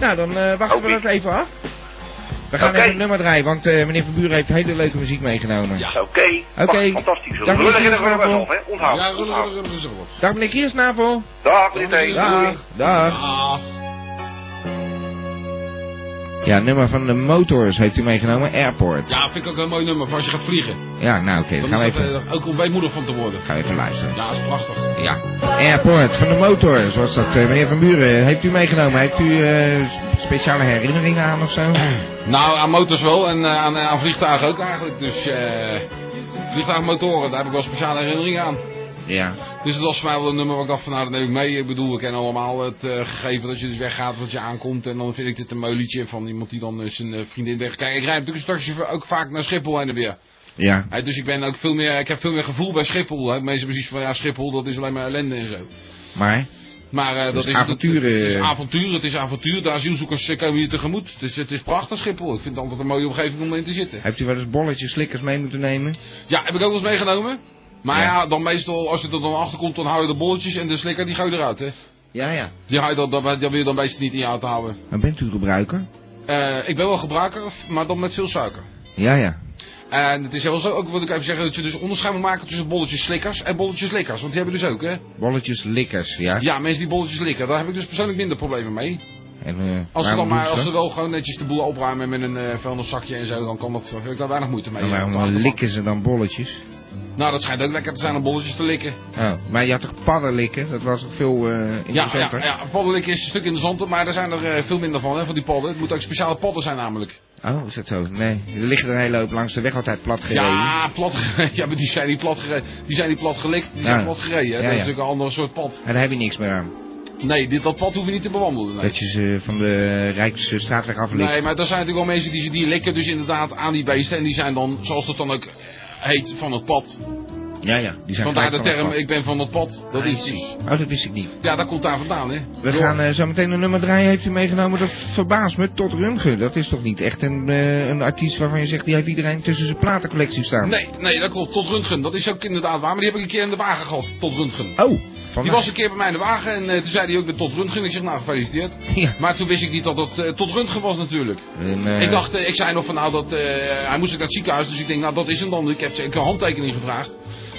B: Nou, dan eh, wachten
F: Oké.
B: we dat even af. We gaan
F: Oké.
B: even een nummer draaien, want eh, meneer Van Buren heeft hele leuke muziek meegenomen.
C: Ja.
F: Oké,
B: Oké.
F: Wacht, fantastisch.
B: Dag,
F: Rullig in de
B: meneer
F: rullig
B: Schaapel.
F: af, hè. Onthoud.
C: ja,
F: onthoud.
C: zullen we er eens op.
B: Dag meneer Kiersnavel.
F: Dag, meneer Teen. Doei.
B: Dag. Dag.
C: Ah.
B: Ja, het nummer van de Motors heeft u meegenomen. Airport.
C: Ja, vind ik ook een mooi nummer voor als je gaat vliegen.
B: Ja, nou oké,
C: Dan
B: gaan we
C: is dat,
B: even,
C: eh, ook om weemoedig van te worden.
B: gaan we even luisteren.
C: Ja, is prachtig.
B: Ja. Airport van de motor, zoals dat. eh, meneer Van Buren, heeft u meegenomen? Heeft u eh, speciale herinneringen aan of zo?
C: Nou, aan motors wel en eh, aan, aan vliegtuigen ook eigenlijk. Dus eh vliegtuigmotoren, daar heb ik wel speciale herinneringen aan.
B: ja.
C: Dus dat was voor mij wel een nummer waar ik dacht van nou, dat neem ik mee. Ik bedoel, we kennen allemaal het eh, gegeven dat je dus weggaat, dat je aankomt. En dan vind ik dit een meulietje van iemand die dan eh, zijn eh, vriendin weg. Kijk, ik rijd natuurlijk straks ook vaak naar Schiphol heen en weer.
B: Ja.
C: Hè, dus ik, ben ook veel meer, ik heb veel meer gevoel bij Schiphol. Hè. Mensen hebben zoiets van ja, Schiphol dat is alleen maar ellende en zo.
B: Maar?
C: Maar eh, dat
B: Dus
C: is
B: avonturen.
C: Het, is avontuur, eh. het is avontuur. De asielzoekers eh, komen hier tegemoet. Dus het is prachtig Schiphol. Ik vind het altijd een mooie omgeving om in te zitten.
B: Hebt u wel eens bolletjes, slikkers mee moeten nemen?
C: Ja, heb ik ook wel eens meegenomen. Maar
B: Ja.
C: ja. dan meestal, als je er dan achter komt, dan hou je de bolletjes en de slikker, die ga je eruit, hè.
B: Ja, ja.
C: Die, hou je dan, dan, dan wil je dan meestal niet in je auto houden.
B: Maar bent u gebruiker?
C: Eh, ik ben wel gebruiker, maar dan met veel suiker.
B: Ja, ja.
C: En het is wel zo, ook wil ik even zeggen, dat je dus onderscheid moet maken tussen bolletjes slikkers en bolletjes likkers. Want die hebben dus ook, hè.
B: Bolletjes, likkers, ja.
C: Ja, mensen die bolletjes likken, daar heb ik dus persoonlijk minder problemen mee.
B: En, eh,
C: Als ze, dan
B: waarom doen
C: maar, als ze
B: dat?
C: wel gewoon netjes de boel opruimen met een eh, vuilniszakje en zo, dan kan dat, heb ik daar weinig moeite mee.
B: En waarom
C: Ja, op de achterbank.
B: likken ze dan bolletjes?
C: Nou, dat schijnt ook lekker te zijn om bolletjes te likken.
B: Oh, maar je had toch padden likken? Dat was toch veel eh
C: Ja, ja,
B: interessanter?
C: ja, paddenlikken is een stuk interessant, maar er zijn er eh, veel minder van, hè, van die padden. Het moeten ook speciale padden zijn namelijk.
B: Oh, is dat zo? Nee, er liggen er een hele hoop langs de weg altijd plat gereden.
C: Ja, plat gereden. Ja, maar die zijn niet plat gereden. Die zijn niet plat gelikt, die
B: Ja.
C: zijn plat gereden. hè.
B: Ja,
C: dat is
B: ja.
C: natuurlijk een ander soort pad.
B: En daar heb je niks meer aan.
C: Nee, dit, dat pad hoeven we niet te bewandelen. Nee.
B: Dat je ze van de Rijksstraatweg aflikt.
C: Nee, maar er zijn natuurlijk wel mensen die, ze- die likken dus inderdaad aan die beesten. En die zijn dan, zoals dat dan ook heet, van het pad.
B: Ja, ja. Die zijn
C: Vandaar
B: gelijk
C: de
B: van het
C: term,
B: pad.
C: ik ben van het pad. Dat is
B: Oh, dat wist ik niet.
C: Ja, dat komt daar vandaan, hè.
B: We gaan eh, zo meteen een nummer draaien. Heeft u meegenomen? Dat verbaast me. Tot Runge. Dat is toch niet echt een, eh, een artiest waarvan je zegt... die heeft iedereen tussen zijn platencollectie staan?
C: Nee, nee, dat klopt. Tot Röntgen. Dat is ook inderdaad waar. Maar die heb ik een keer in de wagen gehad, tot Röntgen.
B: Oh. Van
C: Die was een keer bij mij in de wagen en eh, toen zei hij ook met tot Röntgen. Ik zeg, nou, gefeliciteerd.
B: Ja.
C: Maar toen wist ik niet dat dat eh, tot Röntgen was natuurlijk.
B: En, eh,
C: Ik dacht, eh, ik zei nog van, nou, dat, eh, hij moest ook naar het ziekenhuis. Dus ik denk, nou, dat is hem dan. Ik heb een handtekening gevraagd.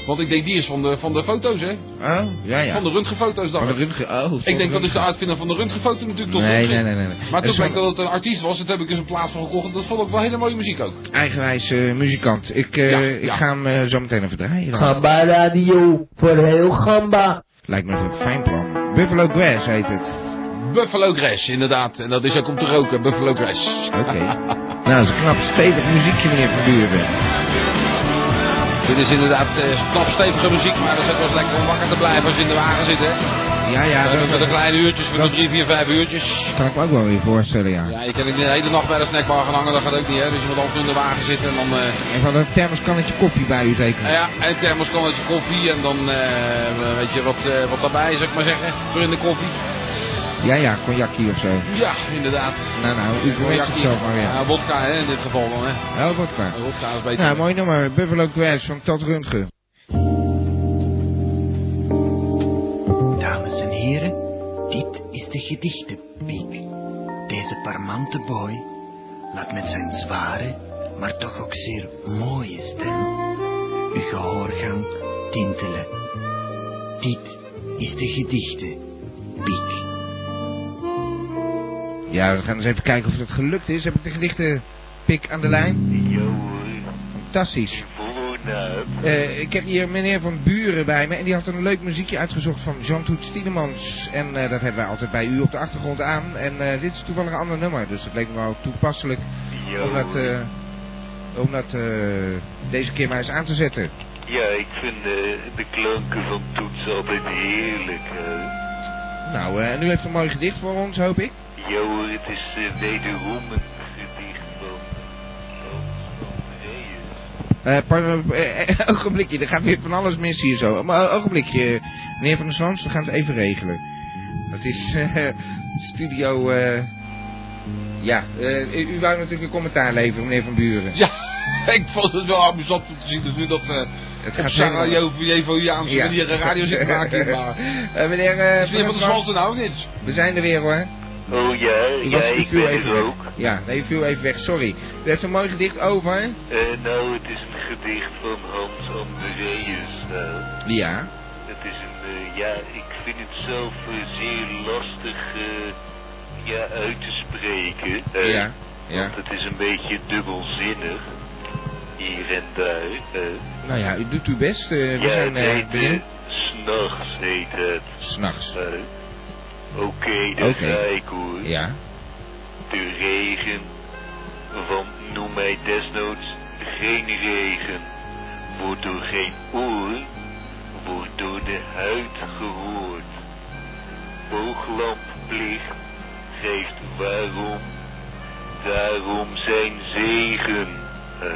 C: Want ik denk, die is van de, van de foto's, hè.
B: Oh, ja, ja.
C: Van de röntgenfoto's, dacht
B: Van
C: ik.
B: de Runge. Oh,
C: Ik denk dat is de uitvinder van de röntgenfoto natuurlijk toch?
B: Nee,
C: Röntgen.
B: nee, nee, nee, nee.
C: Maar
B: Er
C: toen
B: is
C: bleek
B: wel
C: dat het een artiest was, dat heb ik dus een plaats van gekocht. En dat vond ik wel hele mooie muziek ook.
B: een eigenwijze eh, muzikant. Ik, eh,
C: Ja,
B: ik
C: ja.
B: ga hem eh, zo meteen even draaien. dan.
G: Gamba Radio voor heel Gamba.
B: Lijkt me een fijn plan. Buffalo Grass heet het.
C: Buffalo Grass, inderdaad. En dat is ook om te roken, Buffalo Grass.
B: Oké. nou, dat is een knap stevig muziekje, meneer Van Buren.
C: Dit is inderdaad eh knap stevige muziek, maar dat is ook wel eens lekker om wakker te blijven als je in de wagen zit. Hè?
B: Ja, ja.
C: we
B: dat-
C: hebben met een kleine uurtjes, we doen drie, vier, vijf uurtjes.
B: Kan ik me ook wel weer voorstellen, ja.
C: Ja, je kan niet de hele nacht bij de snackbar gaan hangen, dat gaat ook niet. Hè? Dus je moet altijd in de wagen zitten en dan... eh,
B: En van een thermoskannetje koffie bij u zeker?
C: nou ja, en thermoskannetje koffie en dan eh, weet je wat, eh, wat daarbij, zou ik maar zeggen, voor in de koffie.
B: Ja, ja, cognacje of zo.
C: Ja, inderdaad.
B: Nou, nou, u verwenst het
C: Cognac-
B: zelf maar weer.
C: Ja, wodka hè, in dit geval dan. Hè.
B: Oh, wat klaar.
C: Wodka is beter.
B: Nou, mooi nummer. Buffalo Grass van Tot Röntgen.
A: Dames en heren, dit is de gedichtenpiek. Deze parmante boy laat met zijn zware, maar toch ook zeer mooie stem uw gehoorgang tintelen. Dit is de gedichtenpiek.
B: Ja, we gaan eens even kijken of het gelukt is. Heb ik de gedichte pik aan de lijn?
D: Ja hoor,
B: Fantastisch.
D: voornaam.
B: Eh, ik heb hier meneer Van Buren bij me en die had een leuk muziekje uitgezocht van Jean-Toet Stielemans. En eh, dat hebben wij altijd bij u op de achtergrond aan. En eh, dit is toevallig een ander nummer, dus dat leek me wel toepasselijk
D: Ja,
B: om dat, eh, om dat eh, deze keer maar eens aan te zetten.
D: ja, ik vind eh, de klanken van toets altijd heerlijk. hè.
B: Nou, eh, en u heeft een mooi gedicht voor ons, hoop ik.
D: Ja hoor, het is eh, wederom een gedicht van
B: Eh, par- eh, eh, ogenblikje, er gaat weer van alles mis hier zo. Maar eh, ogenblikje, meneer Van der Swans, we gaan het even regelen. Het is eh, studio... eh, ja, eh, u, u wou natuurlijk een commentaar leveren, meneer Van Buren.
C: Ja, ik vond het wel amusant om te zien dat nu dat eh
B: Het
C: op
B: helemaal-
C: Sarajevo-Jaanse
B: Ja.
C: manier een radiozin maakt hier maar.
B: Eh, meneer eh,
C: Is weer van de
B: Swans,
C: Zwalse nou of niet?
B: we zijn er weer hoor.
H: Oh ja,
B: U
H: ja,
B: was- u
H: ik
B: viel
H: ben
B: even
H: er
B: weg.
H: ook.
B: Ja, nee, u viel even weg, sorry. U heeft een mooi gedicht over.
H: Eh, nou, het is een gedicht van Hans Andreas. Nou,
B: Ja.
H: het is een, eh, ja, ik vind het zelf eh, zeer lastig eh, ja, uit te spreken. Eh,
B: Ja. Ja.
H: Want het is een beetje dubbelzinnig. Hier en daar. eh.
B: Nou ja, u doet uw best. eh, we
H: ja,
B: zijn
H: het
B: eh,
H: heet, eh,
B: benieuwd.
H: s'nachts heet het.
B: S'nachts.
H: eh. Oké, daar
B: Oké.
H: ga ik hoor.
B: Ja.
H: De regen. Want noem mij desnoods geen regen. Wordt door geen oor, wordt door de huid gehoord. Booglampplicht geeft waarom. Daarom zijn zegen. eh.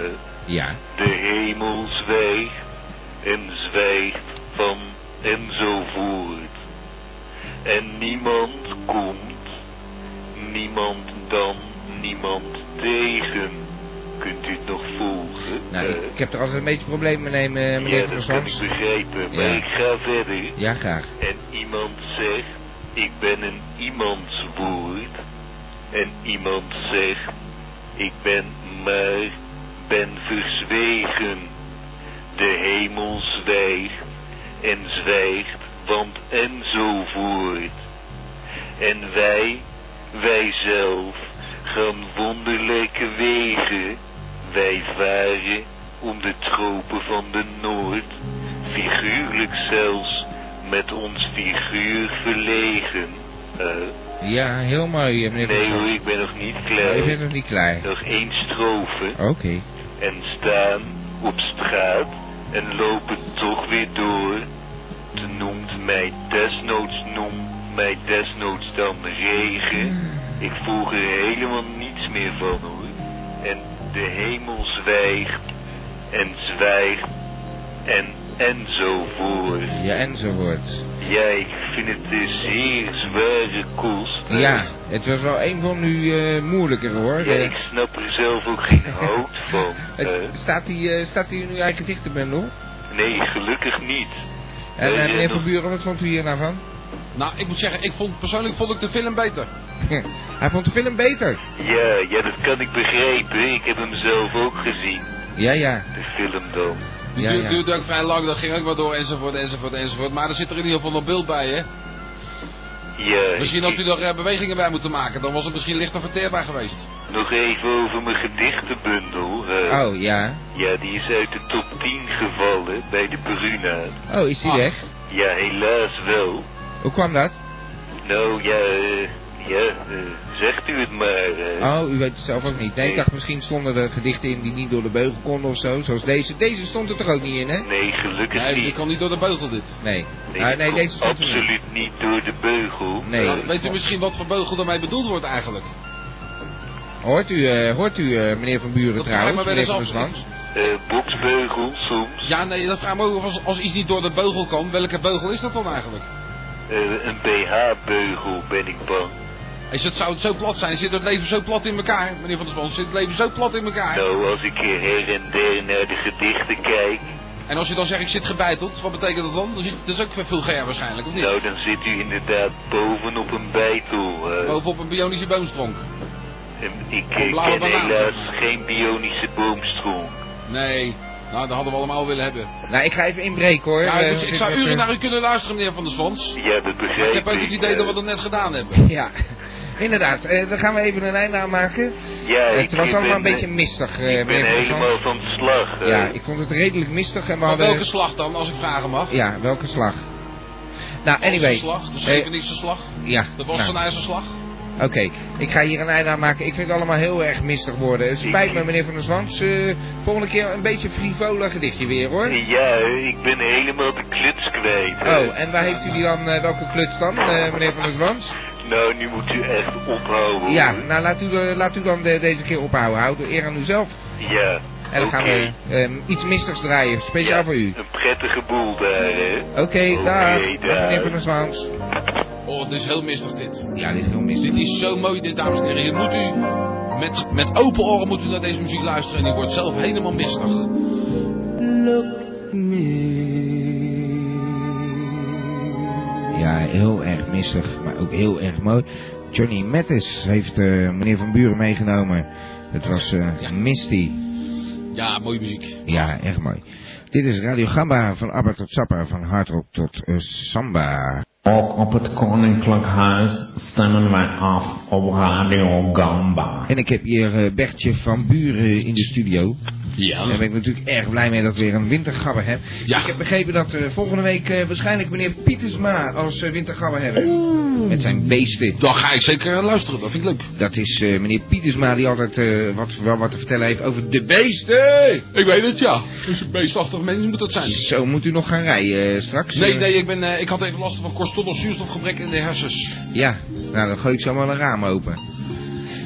B: Ja.
H: De hemel zwijgt en zwijgt van enzovoort. En niemand komt, niemand dan, niemand tegen. Kunt u het nog volgen?
B: Nou,
H: Eh,
B: ik, ik heb er altijd een beetje problemen mee, nemen, eh, meneer
H: ja,
B: Van der
H: dat kan ik dus.
B: Swans.
H: begrijpen, maar
B: Ja.
H: ik ga verder.
B: Ja, graag.
H: En iemand zegt, ik ben een iemands woord. En iemand zegt, ik ben maar, ben verzwegen. De hemel zwijgt en zwijgt, want enzovoort. En wij, wij zelf, gaan wonderlijke wegen. Wij varen om de tropen van de Noord, figuurlijk zelfs, met ons figuur verlegen. Eh,
B: Ja, heel mooi, eh, meneer Van der
H: nee hoor,
B: Swans.
H: ik ben nog niet
B: Maar u bent
H: klaar.
B: nog niet klaar.
H: Nog één strofe
B: Oké.
H: en staan op straat en lopen toch weer door. Ze noemt mij desnoods, noemt mij desnoods dan regen. Ik voeg er helemaal niets meer van hoor. En de hemel zwijgt en zwijgt en enzovoort.
B: Ja, enzovoort.
H: Ja, ik vind het een zeer zware kost.
B: Ja, het was wel een van u eh, moeilijker hoor.
H: Ja,
B: Eh,
H: ik snap er zelf ook geen hout van. eh.
B: het, staat, hij, eh, staat hij in uw eigen dichterbundel?
H: nee, gelukkig niet. Eh,
B: En eh,
H: ja,
B: meneer
H: nog-
B: Van Buren, wat vond u hier nou van?
C: Nou, ik moet zeggen, ik vond, persoonlijk vond ik de film beter.
B: Hij vond de film beter.
H: Ja, ja, dat kan ik begrijpen. Ik heb hem zelf ook gezien,
B: Ja, ja.
H: de film dan.
C: Die
B: Ja,
C: duur-
B: ja.
C: duurde ook vrij lang, dat ging ook maar door, enzovoort, enzovoort, enzovoort. Maar er zit er in ieder geval nog beeld bij, hè?
H: Ja,
C: Misschien
H: ik-
C: had u er eh, bewegingen bij moeten maken, dan was het misschien lichter verteerbaar geweest.
H: nog even over mijn gedichtenbundel. eh.
B: Oh, ja.
H: Ja, die is uit de top 10 gevallen bij de Bruna.
B: Oh, is die
C: Ah.
B: weg?
H: Ja, helaas wel.
B: Hoe kwam dat?
H: Nou, ja, eh, ja, eh, zegt u het maar. eh.
B: Oh, u weet het zelf ook niet. Nee, ik dacht misschien stonden er gedichten in die niet door de beugel konden of zo. Zoals deze. Deze stond er toch ook niet in, hè?
H: Nee, gelukkig
C: Nee, die
H: niet.
C: kan niet door de beugel dit.
B: Nee.
H: Nee,
B: Ah,
H: die
B: nee,
H: komt
B: deze stond er niet.
H: absoluut niet door de beugel.
B: Nee.
H: Eh,
C: Nou, weet u misschien wat voor beugel daarmee bedoeld wordt eigenlijk?
B: Hoort u, eh, hoort u eh, meneer Van Buren
C: Dat vraag ik
B: trouwens?
C: me wel eens
B: meneer Van der
C: af.
B: Zwans?
H: eh, boksbeugel soms.
C: Ja, nee, dat vraag ik me ook af als, als iets niet door de beugel kan. Welke beugel is dat dan eigenlijk?
H: Eh, een BH-beugel ben ik bang.
C: Is het, zou het zo plat zijn? Zit het leven zo plat in elkaar? Meneer Van der Zwans, zit het leven zo plat in elkaar?
H: Nou, als ik hier her en der naar de gedichten kijk,
C: En als u dan zegt ik zit gebeiteld, wat betekent dat dan? Dan zit, dat is ook veel ger waarschijnlijk, of niet?
H: nou dan zit u inderdaad bovenop een beitel. eh.
B: Oh.
C: Bovenop een bionische boomstronk.
H: En ik
C: een
H: eh,
C: blauwe
H: ken
C: banaan, zeg
H: helaas geen bionische boomstronk.
C: Nee, nou dat hadden we allemaal willen hebben.
B: Nou, ik ga even inbreken hoor.
C: Ja,
B: Eh,
C: dus,
B: want
C: ik zou
B: heb,
C: uren
B: eh,
C: naar u kunnen luisteren, meneer Van der Zwans.
H: Ja, dat begrijp
C: Maar ik
H: ik.
C: heb ook het idee
H: eh.
C: dat we dat net gedaan hebben.
B: Ja. Inderdaad, eh, daar gaan we even een einde aan maken.
H: Ja, ik,
B: het was
H: ik
B: allemaal
H: ben,
B: een beetje
H: eh,
B: mistig, eh,
H: Ik ben
B: meneer Van der
H: helemaal
B: Zwans.
H: van slag. eh.
B: Ja, ik vond het redelijk mistig en we
C: Maar
B: hadden...
C: welke slag dan, als ik vragen mag?
B: Ja, welke slag? Nou,
C: Onze
B: anyway.
C: slag, de
B: Eh,
C: Scheveningse slag,
B: ja.
C: de
B: nou.
C: Wassenaarse slag.
B: Oké, ik ga hier een einde aan maken. Ik vind het allemaal heel erg mistig worden. Het spijt me, meneer Van der Zwans. Eh, volgende keer een beetje frivola gedichtje weer, hoor.
H: Ja, eh, ik ben helemaal de kluts kwijt. eh.
B: Oh, en waar heeft u die dan, eh, welke kluts dan, eh, meneer Van der Zwans?
H: Nou, nu moet u echt ophouden.
B: Ja,
H: hoor.
B: nou laat u, eh, laat u dan de- deze keer ophouden. Houd de eer aan uzelf.
H: Ja.
B: En dan gaan we ehm, iets mistigs draaien. Speciaal voor u.
H: Een prettige boel daar, hè?
B: Oké, dag. Dag meneer
H: dag.
B: Van der Zwaans.
C: Oh, het is heel mistig dit.
B: Ja, dit is heel mistig.
C: Dit is zo mooi, dit, dames en heren. Je moet u met, met open oren moet u naar deze muziek luisteren. En die wordt zelf helemaal mistig.
B: Ja, heel erg mistig, maar ook heel erg mooi. Johnny Mattis heeft eh, meneer Van Buren meegenomen. Het was eh, Misty.
C: Ja, mooie muziek.
B: Ja, echt mooi. Dit is Radio Gamba, van Abba tot Sappa, van hardrock tot eh, samba.
A: Ook op het Koninklijk Huis stemmen wij af op Radio Gamba.
B: En ik heb hier eh, Bertje van Buren in de studio. En daar
C: Ja.
B: ben ik natuurlijk erg blij mee dat we weer een wintergabber hebben.
C: Ja.
B: Ik heb begrepen dat eh, volgende week eh, waarschijnlijk meneer Pietersma als eh, wintergabber hebben. Met zijn beesten.
C: Dan ga ik zeker luisteren, dat vind ik leuk.
B: Dat is eh, meneer Pietersma die altijd eh, wat, wel wat te vertellen heeft over de beesten.
C: Ik weet het, ja. Dus een beestachtig mens moet dat zijn.
B: Zo moet u nog gaan rijden eh, straks.
C: Nee,
B: Eh,
C: nee, ik, ben, eh, ik had even last van kortstondig zuurstofgebrek in de hersens.
B: Ja, nou dan gooi ik zo maar een raam open.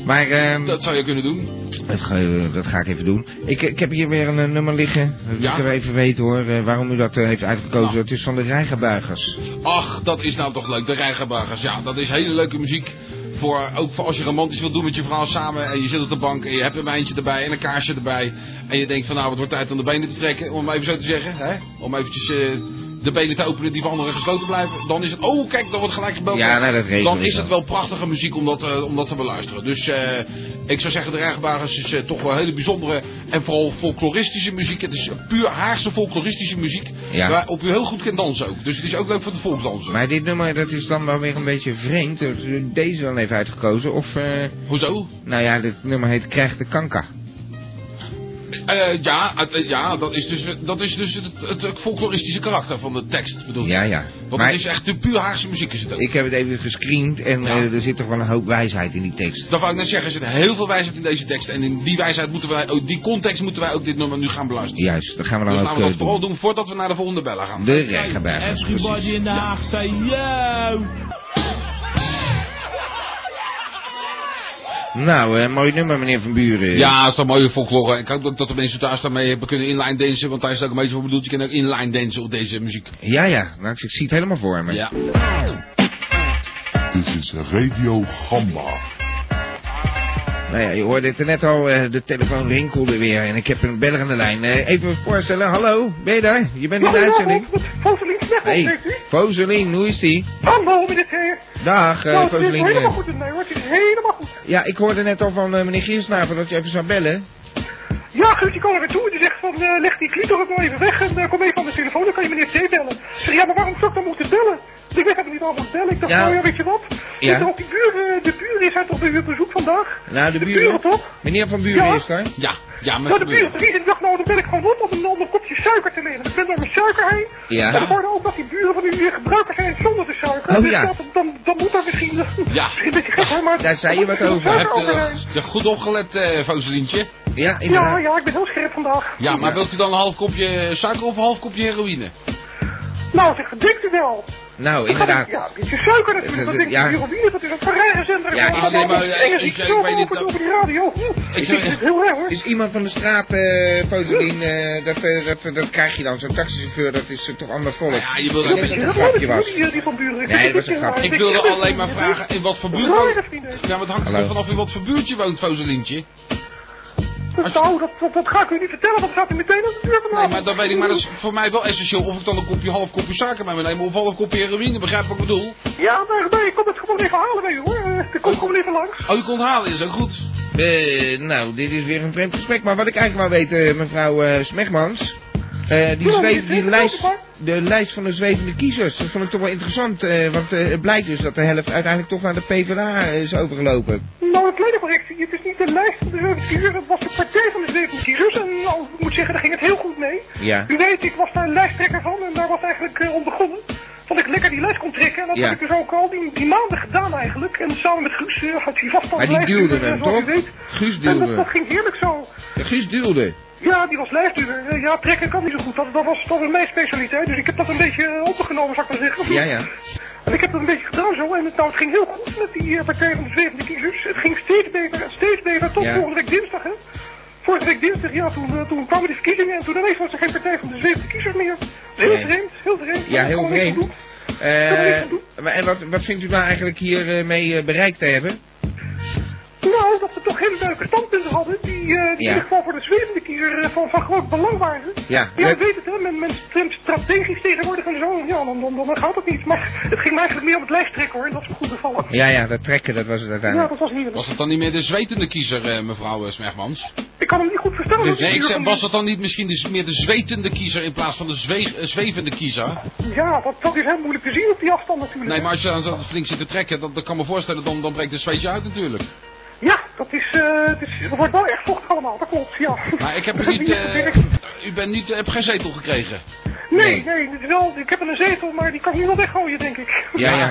B: Maar ehm,
C: Dat zou je kunnen doen.
B: dat, ga, eh, dat ga ik even doen. Ik, ik heb hier weer een eh, nummer liggen. Dat wil
C: Ja?
B: ik er even weten hoor, eh, waarom u dat eh, heeft uitgekozen.
C: Nou.
B: Het is van de Rijgenbuigers.
C: Ach, dat is nou toch leuk. De Rijgenburgers, ja, dat is hele leuke muziek. Voor, ook voor als je romantisch wilt doen met je vrouw samen en je zit op de bank en je hebt een wijntje erbij en een kaarsje erbij. En je denkt van nou, het wordt tijd om de benen te trekken, om het even zo te zeggen. Hè? Om eventjes eh, de benen te openen die van anderen gesloten blijven. Dan is het, oh kijk, dan wordt gelijk gebeld.
B: Ja, nou, dat regelen
C: Dan
B: we
C: is
B: dan.
C: het wel prachtige muziek om dat, eh, om dat te beluisteren. Dus eh, ik zou zeggen, de Rijgenburgers is eh, toch wel hele bijzondere en vooral folkloristische muziek. Het is puur Haagse folkloristische muziek
B: Ja.
C: waarop u heel goed kunt dansen ook. Dus het is ook leuk voor de volksdansen.
B: Maar dit nummer dat is dan wel weer een beetje vreemd. Dat u deze dan heeft uitgekozen. Of, eh,
C: Hoezo?
B: nou ja, dit nummer heet Krijg de Kanker.
C: Eh, ja, het- eh, ja, dat is dus, dat is dus het, het, het folkloristische karakter van de tekst, bedoel ik.
B: Ja, ja.
C: Want
B: Maar
C: het is echt de puur Haagse muziek is het ook.
B: ik heb het even gescreend en
C: Ja.
B: eh, er zit toch wel een hoop wijsheid in die tekst.
C: Dat wou ik net zeggen, er zit heel veel wijsheid in deze tekst. En in die wijsheid moeten wij, ook die context moeten wij ook dit nummer nu gaan beluisteren.
B: Juist, dat gaan we dan
C: Dus
B: ook
C: laten we dat
B: eh,
C: vooral
B: doen.
C: doen voordat we naar de volgende bellen gaan.
B: De Rijgenbuigers, precies.
I: Everybody in the house say yo.
B: Nou, eh, mooi nummer meneer Van Buren.
C: Ja, dat is toch mooie folklore. Ik hoop ook dat de mensen thuis daarmee hebben kunnen inline dansen. Want daar is het ook een beetje voor bedoeld. Je kan ook inline dansen op deze muziek.
B: Ja, ja. Nou, ik, ik zie het helemaal voor me.
C: Ja.
J: Dit is Radio Gamba.
B: Nou ja, je hoorde het er net al. eh, de telefoon rinkelde weer. En ik heb een beller aan de lijn. Eh, even voorstellen. Hallo, ben je daar? Je bent in de uitzending. Hey, Foseline, hoe is die?
K: Hallo meneer. Nou,
B: Dag, eh Foseline.
K: goed. Nee hoor, het is helemaal goed.
B: Ja, ik hoorde net al van eh, meneer Giersnavel dat je even zou bellen.
K: Ja, Guus, die kwam er naartoe en die zegt van, eh, leg die klitor ook maar even weg en eh, kom even aan de telefoon, dan kan je meneer T bellen. Ik zeg, ja, maar waarom zou ik dan moeten bellen? Want Ik weet helemaal niet waarom ik bellen. Ik dacht,
B: Ja.
K: nou ja, weet je wat?
B: Ja.
K: Ik dacht, die buren, de buren zijn toch weer op bezoek vandaag?
B: Nou, de
K: De buren
B: buren.
K: toch?
B: Meneer Van Buren
K: Ja.
B: is daar.
C: Ja, ja, maar...
K: Nou, de buren precies. En ik dacht, nou, dan ben ik gewoon op om een ander kopje suiker te leveren. Ik ben door mijn suiker heen.
B: Ja.
K: En ik hoorde ook dat die buren van u weer gebruiker zijn zonder de suiker.
B: Oh,
K: dus
B: ja.
K: dat- dan, dan moet daar misschien... eh,
C: Ja.
K: misschien een beetje gek, hè, maar...
B: Daar zei je wat over.
C: Heb
K: Suiker overheen.
C: je er goed opgelet, eh Foselientje?
B: Ja,
K: Ja,
B: inderdaad.
K: ja, ik ben heel scherp vandaag.
C: Ja, maar wilt u dan een half kopje suiker of een half kopje heroïne?
K: Nou, zeg, denkt u wel.
C: Oh,
B: Nou,
K: Ja,
B: inderdaad.
K: een beetje suiker natuurlijk. Dat
B: Ja.
K: denk ik, die Robier, dat is een verrijgenzender.
B: Ja,
C: ik zeg maar, ja, ik- ik-
K: ik
C: ik
K: zo
C: weet niet
K: geopend
C: dat-
K: over die radio. Hm, Ik
C: zeg-
K: vind het heel erg hoor.
B: Is iemand van de straat, eh Foseline, eh, dat, eh, dat, dat krijg je dan. Zo'n taxichauffeur, dat is eh, toch ander volk.
C: Nou ja, je wilt
B: Ik
C: ook
B: denk
C: een
B: dat het
K: Ja,
B: een
K: dat
B: grapje was.
K: doen die, die van buren. Ik eh,
B: Nee,
K: vind
B: dat was
K: het
B: een
K: heel
B: grap.
K: erg.
C: Ik wilde
K: vind
C: alleen
K: het
C: maar
K: heel
C: vragen in wat voor buurt
K: Rare
C: woont...
K: vrienden.
C: Ja, maar het hangt er dus
B: Hallo.
C: vanaf in wat voor buurt je woont, Foselientje.
K: erg. Nou, dat, dat, dat ga ik u niet vertellen, want dan gaat u meteen aan de deur vanavond.
C: Nee, maar dat weet ik, maar dat is voor mij wel essentieel of ik dan een kopje, half kopje suiker bij me neem of een half kopje heroïne, begrijp wat ik bedoel?
K: Ja, maar nee, ik kom het gewoon even halen bij u hoor. Eh, Ik kom gewoon even langs.
C: Oh, je kon halen, is ook goed.
B: Eh, nou, dit is weer een vreemd gesprek. Maar wat ik eigenlijk wou weten, mevrouw eh Smegmans. eh, die,
K: Ja,
B: zweef-
K: dit
B: die
K: is
B: lijst,
K: wel
B: de lijst van de zwevende kiezers, dat vond ik toch wel interessant. eh, want eh, het blijkt dus dat de helft uiteindelijk toch naar de PvdA eh, is overgelopen.
K: Nou, dat kleine correctie. Het is niet de lijst van de 17 kiezers, het was de partij van de 17 kiezers. En nou, ik moet zeggen, daar ging het heel goed mee.
B: Ja.
K: U weet, ik was daar lijsttrekker van en daar was eigenlijk eh, om begonnen. Dat ik lekker die lijst kon trekken. En dat
B: Ja.
K: heb ik dus ook al die, die maanden gedaan eigenlijk. En samen met Guus eh, had hij vast al
B: Maar die duwde hem, toch? Guus
K: En dat, dat
B: duwde.
K: ging heerlijk zo.
B: Guus duwde.
K: Ja, die was lijstduwer. Eh, ja, trekken kan niet zo goed. Dat, dat, was, dat was mijn specialiteit. Dus ik heb dat een beetje eh, opgenomen, zou ik maar zeggen.
B: Ja, ja.
K: En ik heb dat een beetje gedaan zo. En het, nou, het ging heel goed met die eh, partij van de zwevende kiezers. Het ging steeds beter en steeds beter. Tot
B: Ja.
K: volgende week dinsdag, hè. Vorige week dinsdag, ja, toen, eh, toen kwamen die verkiezingen en toen ineens was er geen partij van de zeven kiezers meer. Heel
B: Nee.
K: vreemd, heel vreemd.
B: Ja, heel
K: Kon niks
B: vreemd.
K: doen.
B: Eh, maar en wat, wat vindt u nou eigenlijk hiermee mee eh, bereikt te hebben?
K: Nou, dat we toch hele leuke standpunten hadden die, eh, die
B: Ja.
K: in ieder geval voor de zwevende kiezer eh, van, van groot belang waren.
B: Ja,
K: Ja,
B: leuk.
K: ik weet het, hè. Men, men stemt strategisch tegenwoordig en zo. Ja, dan, dan, dan gaat het niet. Maar het ging me eigenlijk meer om het lijst trekken, hoor. En dat is me goed bevallen.
B: Ja, ja, dat trekken, dat was het
K: Ja,
B: uiteindelijk.
K: dat was heerlijk.
C: Was dat dan niet meer de zwetende kiezer, eh, mevrouw eh, Smergmans?
K: Ik kan hem niet goed verstaan. hoor.
C: Nee, ik
K: Hier
C: zeg,
K: van
C: was
K: die-
C: dat dan niet misschien de, meer de zwetende kiezer in plaats van de zweeg- eh, zwevende kiezer?
K: Ja, dat, dat is heel moeilijk te zien op die afstand natuurlijk.
C: Nee, maar als je dan zo flink zit te trekken, dan, dan kan ik me voorstellen, dan, dan breekt de zweetje uit natuurlijk.
K: Ja, dat is, eh, het is, het wordt wel echt vochtig allemaal, dat klopt, ja.
C: Maar ik heb
K: Dat
C: u
K: is
C: niet,
K: echt
C: eh,
K: werk.
C: u bent niet, eh, heb geen zetel gekregen.
K: Nee, nee, het is wel, ik heb een zetel, maar die kan ik nu wel weggooien, denk ik.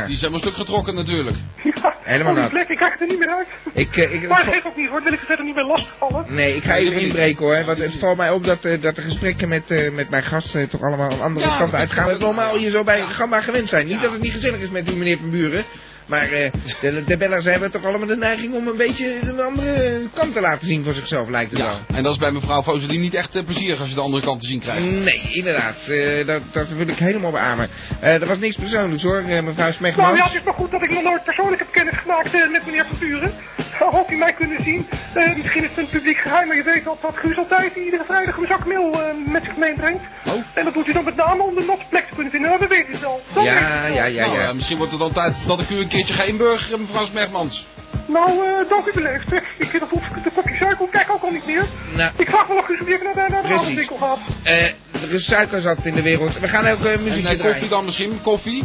C: Die zijn maar stuk getrokken natuurlijk.
B: Helemaal
K: Oh, die
B: nat.
K: plek, ik krijg het er niet meer uit.
B: Ik, eh, ik,
K: maar geef ook niet, hoor, wil ik er verder niet meer
C: Mm,
K: lastigvallen.
B: Nee, ik ga even inbreken hoor, want het valt mij op dat, eh, dat de gesprekken met, eh, met mijn gasten toch allemaal een andere
C: Ja,
B: kant
C: dat
B: uitgaan.
C: is-
B: Dat is normaal hier zo bij Gamma gewend zijn. Niet dat het niet gezellig is met u meneer Van Buren, maar eh, de, de bellers hebben toch allemaal de neiging om een beetje een andere kant te laten zien voor zichzelf lijkt het wel.
C: Ja, en dat is bij mevrouw Voselie niet echt eh, plezierig als je de andere kant te zien krijgt.
B: Nee, inderdaad. eh, dat, dat wil ik helemaal beamen. Eh er was niks persoonlijks hoor, eh, mevrouw
K: Nou ja,
B: Smegman.
K: het is maar goed dat ik nog nooit persoonlijk heb kennis gemaakt eh, met meneer Van Buren. Had hoop u mij kunnen zien. Eh, misschien is het een publiek geheim, maar je weet dat, dat Guus altijd iedere vrijdag een zak meel eh, met zich meebrengt.
C: Oh.
K: En dat doet u dan met name om de natte plek te kunnen vinden, Nou, we weten het wel. Dat weten we wel.
C: Nou, eh, misschien wordt het dan tijd dat ik u een keertje ga inburgeren, mevrouw Smergmans.
K: Nou, eh, dank u beleefd. Ik vind dat hoef ik de kopje suiker op, kijk ook al niet meer.
B: Nou.
K: Ik vraag wel of u zo weer naar de, naar de
B: Precies.
K: avondwinkel gaat.
B: Eh, er is suikerzat in de wereld. We gaan ook eh,
C: En
B: muziekje
C: eh, koffie
B: draaien.
C: dan misschien, koffie?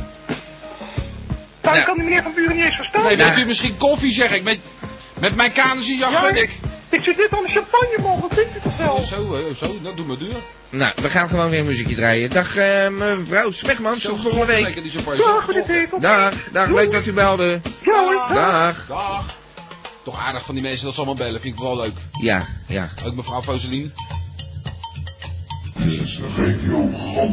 K: Daar
B: Nou.
K: kan die meneer Van Buren niet eens verstaan.
C: Nee, wilt u misschien koffie zeg ik? Met, met mijn kanense jacht
K: Ja,
C: ben ik.
K: Ik zit dit aan de champagne, man. Wat vindt u toch wel?
C: Zo, eh, zo, dat doet me duur.
B: Nou, we gaan gewoon weer een muziekje draaien. Dag eh, mevrouw Smegman, tot volgende week.
C: Lekker die champagne.
K: Dag, meneer Tegel.
B: Dag, dag, leuk dat u belde.
K: Ja, hoor.
B: Dag.
C: Dag. Toch aardig van die mensen dat ze allemaal bellen, vind ik vooral leuk.
B: Ja, ja.
C: Ook mevrouw Voseline.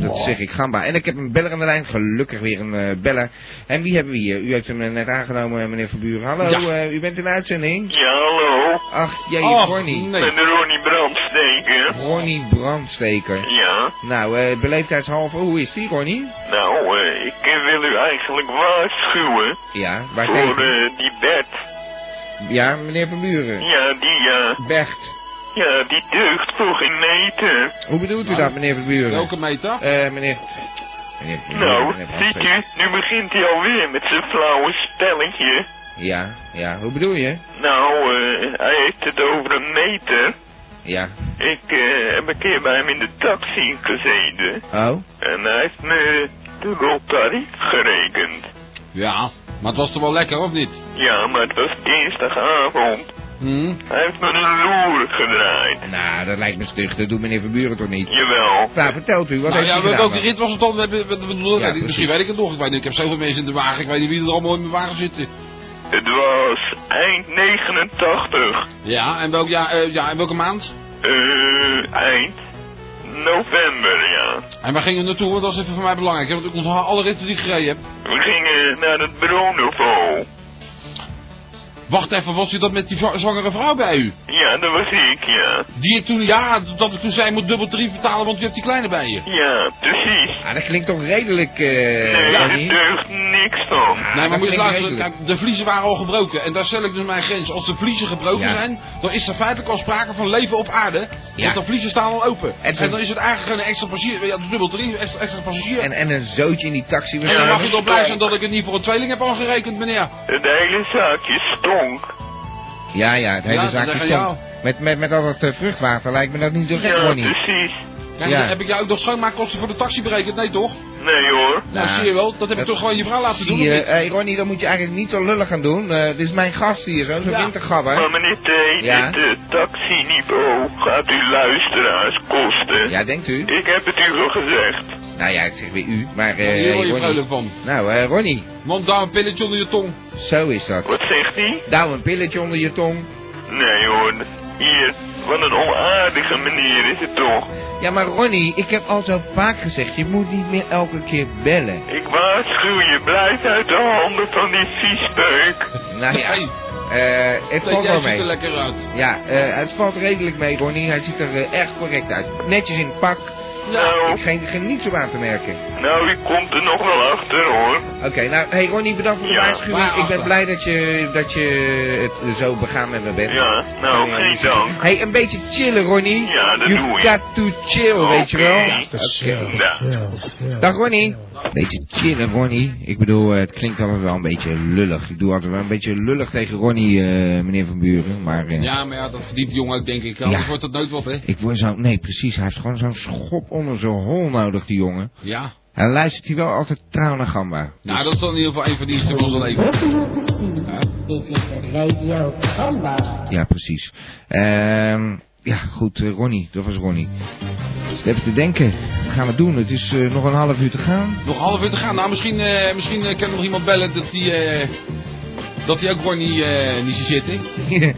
B: Dat zeg ik, Gamba. En ik heb een beller aan de lijn, gelukkig weer een eh, beller. En wie hebben we hier? U heeft hem eh, net aangenomen, eh, meneer Van Buren. Hallo,
L: Ja.
B: eh, u bent in de uitzending?
L: Ja, hallo.
B: Ach, jee,
L: Ach,
B: Ronnie.
L: Ik ben Ronnie Brandsteken.
B: Ronnie Brandsteker.
L: Ja,
B: Nou, eh beleefdheidshalve, hoe is die, Ronnie?
L: nou, eh, ik wil u eigenlijk waarschuwen
B: Ja, waar
L: voor
B: tegen?
L: eh, die Bert.
B: Ja, meneer Van Buren.
L: Ja, die, ja.
B: Bert.
L: Ja, die deugt voor geen meter.
B: Hoe bedoelt u dat, meneer Van Buren?
C: Welke meter?
B: Eh, meneer... meneer Van Buren,
L: Nou,
B: meneer
L: ziet
B: Brandsteker.
L: u, nu begint hij alweer met zijn flauwe spelletje.
B: Ja, ja, hoe bedoel je?
L: Nou, eh, hij heeft het over een meter.
B: Ja.
L: Ik eh, heb een keer bij hem in de taxi gezeten.
B: Oh?
L: En hij heeft me dubbel tarief gerekend.
C: Ja, maar het was toch wel lekker, of niet?
L: Ja, maar het was dinsdagavond.
C: Hm?
L: Hij heeft me een loer gedraaid.
B: Nou, dat lijkt me stug. Dat doet meneer Van Buren toch niet?
L: Jawel.
B: Nou, vertelt u, wat
C: nou
B: heeft
C: ja,
B: u gedaan?
C: welke
B: dan?
C: rit was het dan? Heb- heb- heb- bedoel,
B: Ja,
C: eh,
B: precies.
C: misschien weet ik het nog. Ik, weet niet, ik heb zoveel mensen in de wagen, ik weet niet wie er allemaal in mijn wagen zitten.
L: Het was eind 89.
C: Ja, en, welk, ja, eh, ja, en welke maand?
L: Eh, eind november, ja.
C: En waar gingen we naartoe? Want dat is even voor mij belangrijk. hè, Want ik onthoud alle ritten die ik gereden heb.
L: We gingen naar het Bronovo.
C: Wacht even, was u dat met die zwa- zwangere vrouw bij u?
L: Ja, dat was ik, ja.
C: Die ik toen, ja, dat ik toen zei, moet dubbel tarief betalen, want u hebt die kleine bij je.
L: Ja, precies.
B: Ah, dat klinkt toch redelijk, eh
L: Nee, er
B: Ronnie?
L: deugt niks van.
C: Nee, maar moet je eens
B: dat klinkt
C: luisteren.
B: redelijk.
C: Kijk, de vliezen waren al gebroken. En daar stel ik dus mijn grens. Als de vliezen gebroken
B: Ja.
C: zijn, dan is er feitelijk al sprake van leven op aarde.
B: Ja.
C: Want de vliezen staan al open.
B: En
C: En,
B: toen-
C: dan is het eigenlijk een extra passagier. Ja, dubbel drie, extra, extra passagier.
B: En, en een zootje in die taxi.
C: en dan
B: Ja.
C: mag u toch blij zijn dat ik het niet voor een tweeling heb aangerekend, meneer.
L: Het hele zaakje stonk.
B: Ja, ja, het hele
C: Ja, dus dat
B: zaakje
C: zeggen
B: stond. Met, met, met al dat eh, vruchtwater lijkt me dat niet zo gek,
L: Ja,
B: Ronnie.
L: precies.
C: Kijk,
B: Ja.
C: dan heb ik jou ook nog schoonmaakkosten voor de taxi berekend? Nee, toch?
L: Nee hoor.
C: Nou, zie je wel. Dat heb ik toch gewoon je vrouw laten doen,
B: Zie
C: of
B: je,
C: niet?
B: hey, Ronnie, dat moet je eigenlijk niet zo lullig gaan doen. Eh, dit is mijn gast hier, zo, zo'n
C: Ja.
L: Maar
B: wintergabber.
L: meneer T,
B: Ja?
L: dit eh, taxiniveau gaat u luisteraars kosten.
B: Ja, denkt u?
L: Ik heb het u al gezegd.
B: Nou ja, ik zeg weer u, maar eh
C: Hier
B: hey,
C: word je
B: Ronnie.
C: vrolijk van.
B: Nou, eh, Ronnie,
C: Want daar een pilletje onder je tong.
B: zo is dat.
L: Wat zegt hij?
B: Nou, een pilletje onder je tong.
L: Nee hoor. Hier, wat een onaardige manier is het toch.
B: Ja, maar Ronnie, ik heb al zo vaak gezegd, je moet niet meer elke keer bellen.
L: Ik waarschuw je, blijf uit de handen van die viespeuk.
B: Nou ja,
C: Hey,
B: Eh, het
C: Nee,
B: valt
C: jij
B: wel
C: ziet
B: mee.
C: er lekker uit.
B: Ja, eh, het valt redelijk mee, Ronnie. Hij ziet er eh, erg correct uit. Netjes in het pak.
D: Nou.
B: Geen, geen niets op aan te merken.
D: Nou, ik komt er nog wel achter hoor.
B: Oké, nou, hey Ronnie, bedankt voor de
D: Ja,
B: waarschuwing.
D: maar
B: Ik ben
D: achter.
B: blij dat je, dat je het zo begaan met me bent.
D: Ja, nou,
B: Ja,
D: geen
B: niet zo-
D: dank.
B: Hey, een beetje chillen, Ronnie.
D: Ja, dat
B: you
D: doe ik.
B: got to chill, weet je wel. Oké. Dag Ronnie. Beetje chillen, Ronnie. Ik bedoel, eh, het klinkt altijd wel een beetje lullig. Ik doe altijd wel een beetje lullig tegen Ronnie, eh, meneer Van Buren. Maar eh,
C: Ja, maar ja, dat verdient jongen ook, denk ik.
B: Ja.
C: Anders wordt dat nooit wat, hè?
B: ik word zo... Nee, precies. Hij heeft gewoon zo'n schop onder zijn hol nodig, die jongen.
C: Ja.
B: Hij luistert hij wel altijd trouw naar Gamba. Dus,
C: Nou, dat is dan in ieder geval een van die eerste van onze leven.
E: Dit is de radio Gamba.
B: Ja, precies. Ehm, ja, goed, eh, Ronnie. Dat was Ronnie. Dus even te denken. Wat gaan we doen? Het is eh, nog een half uur te gaan.
C: Nog een half uur te gaan. Nou, misschien, eh, misschien eh, kan nog iemand bellen dat die, eh, dat die ook gewoon niet, eh, niet ziet zitten.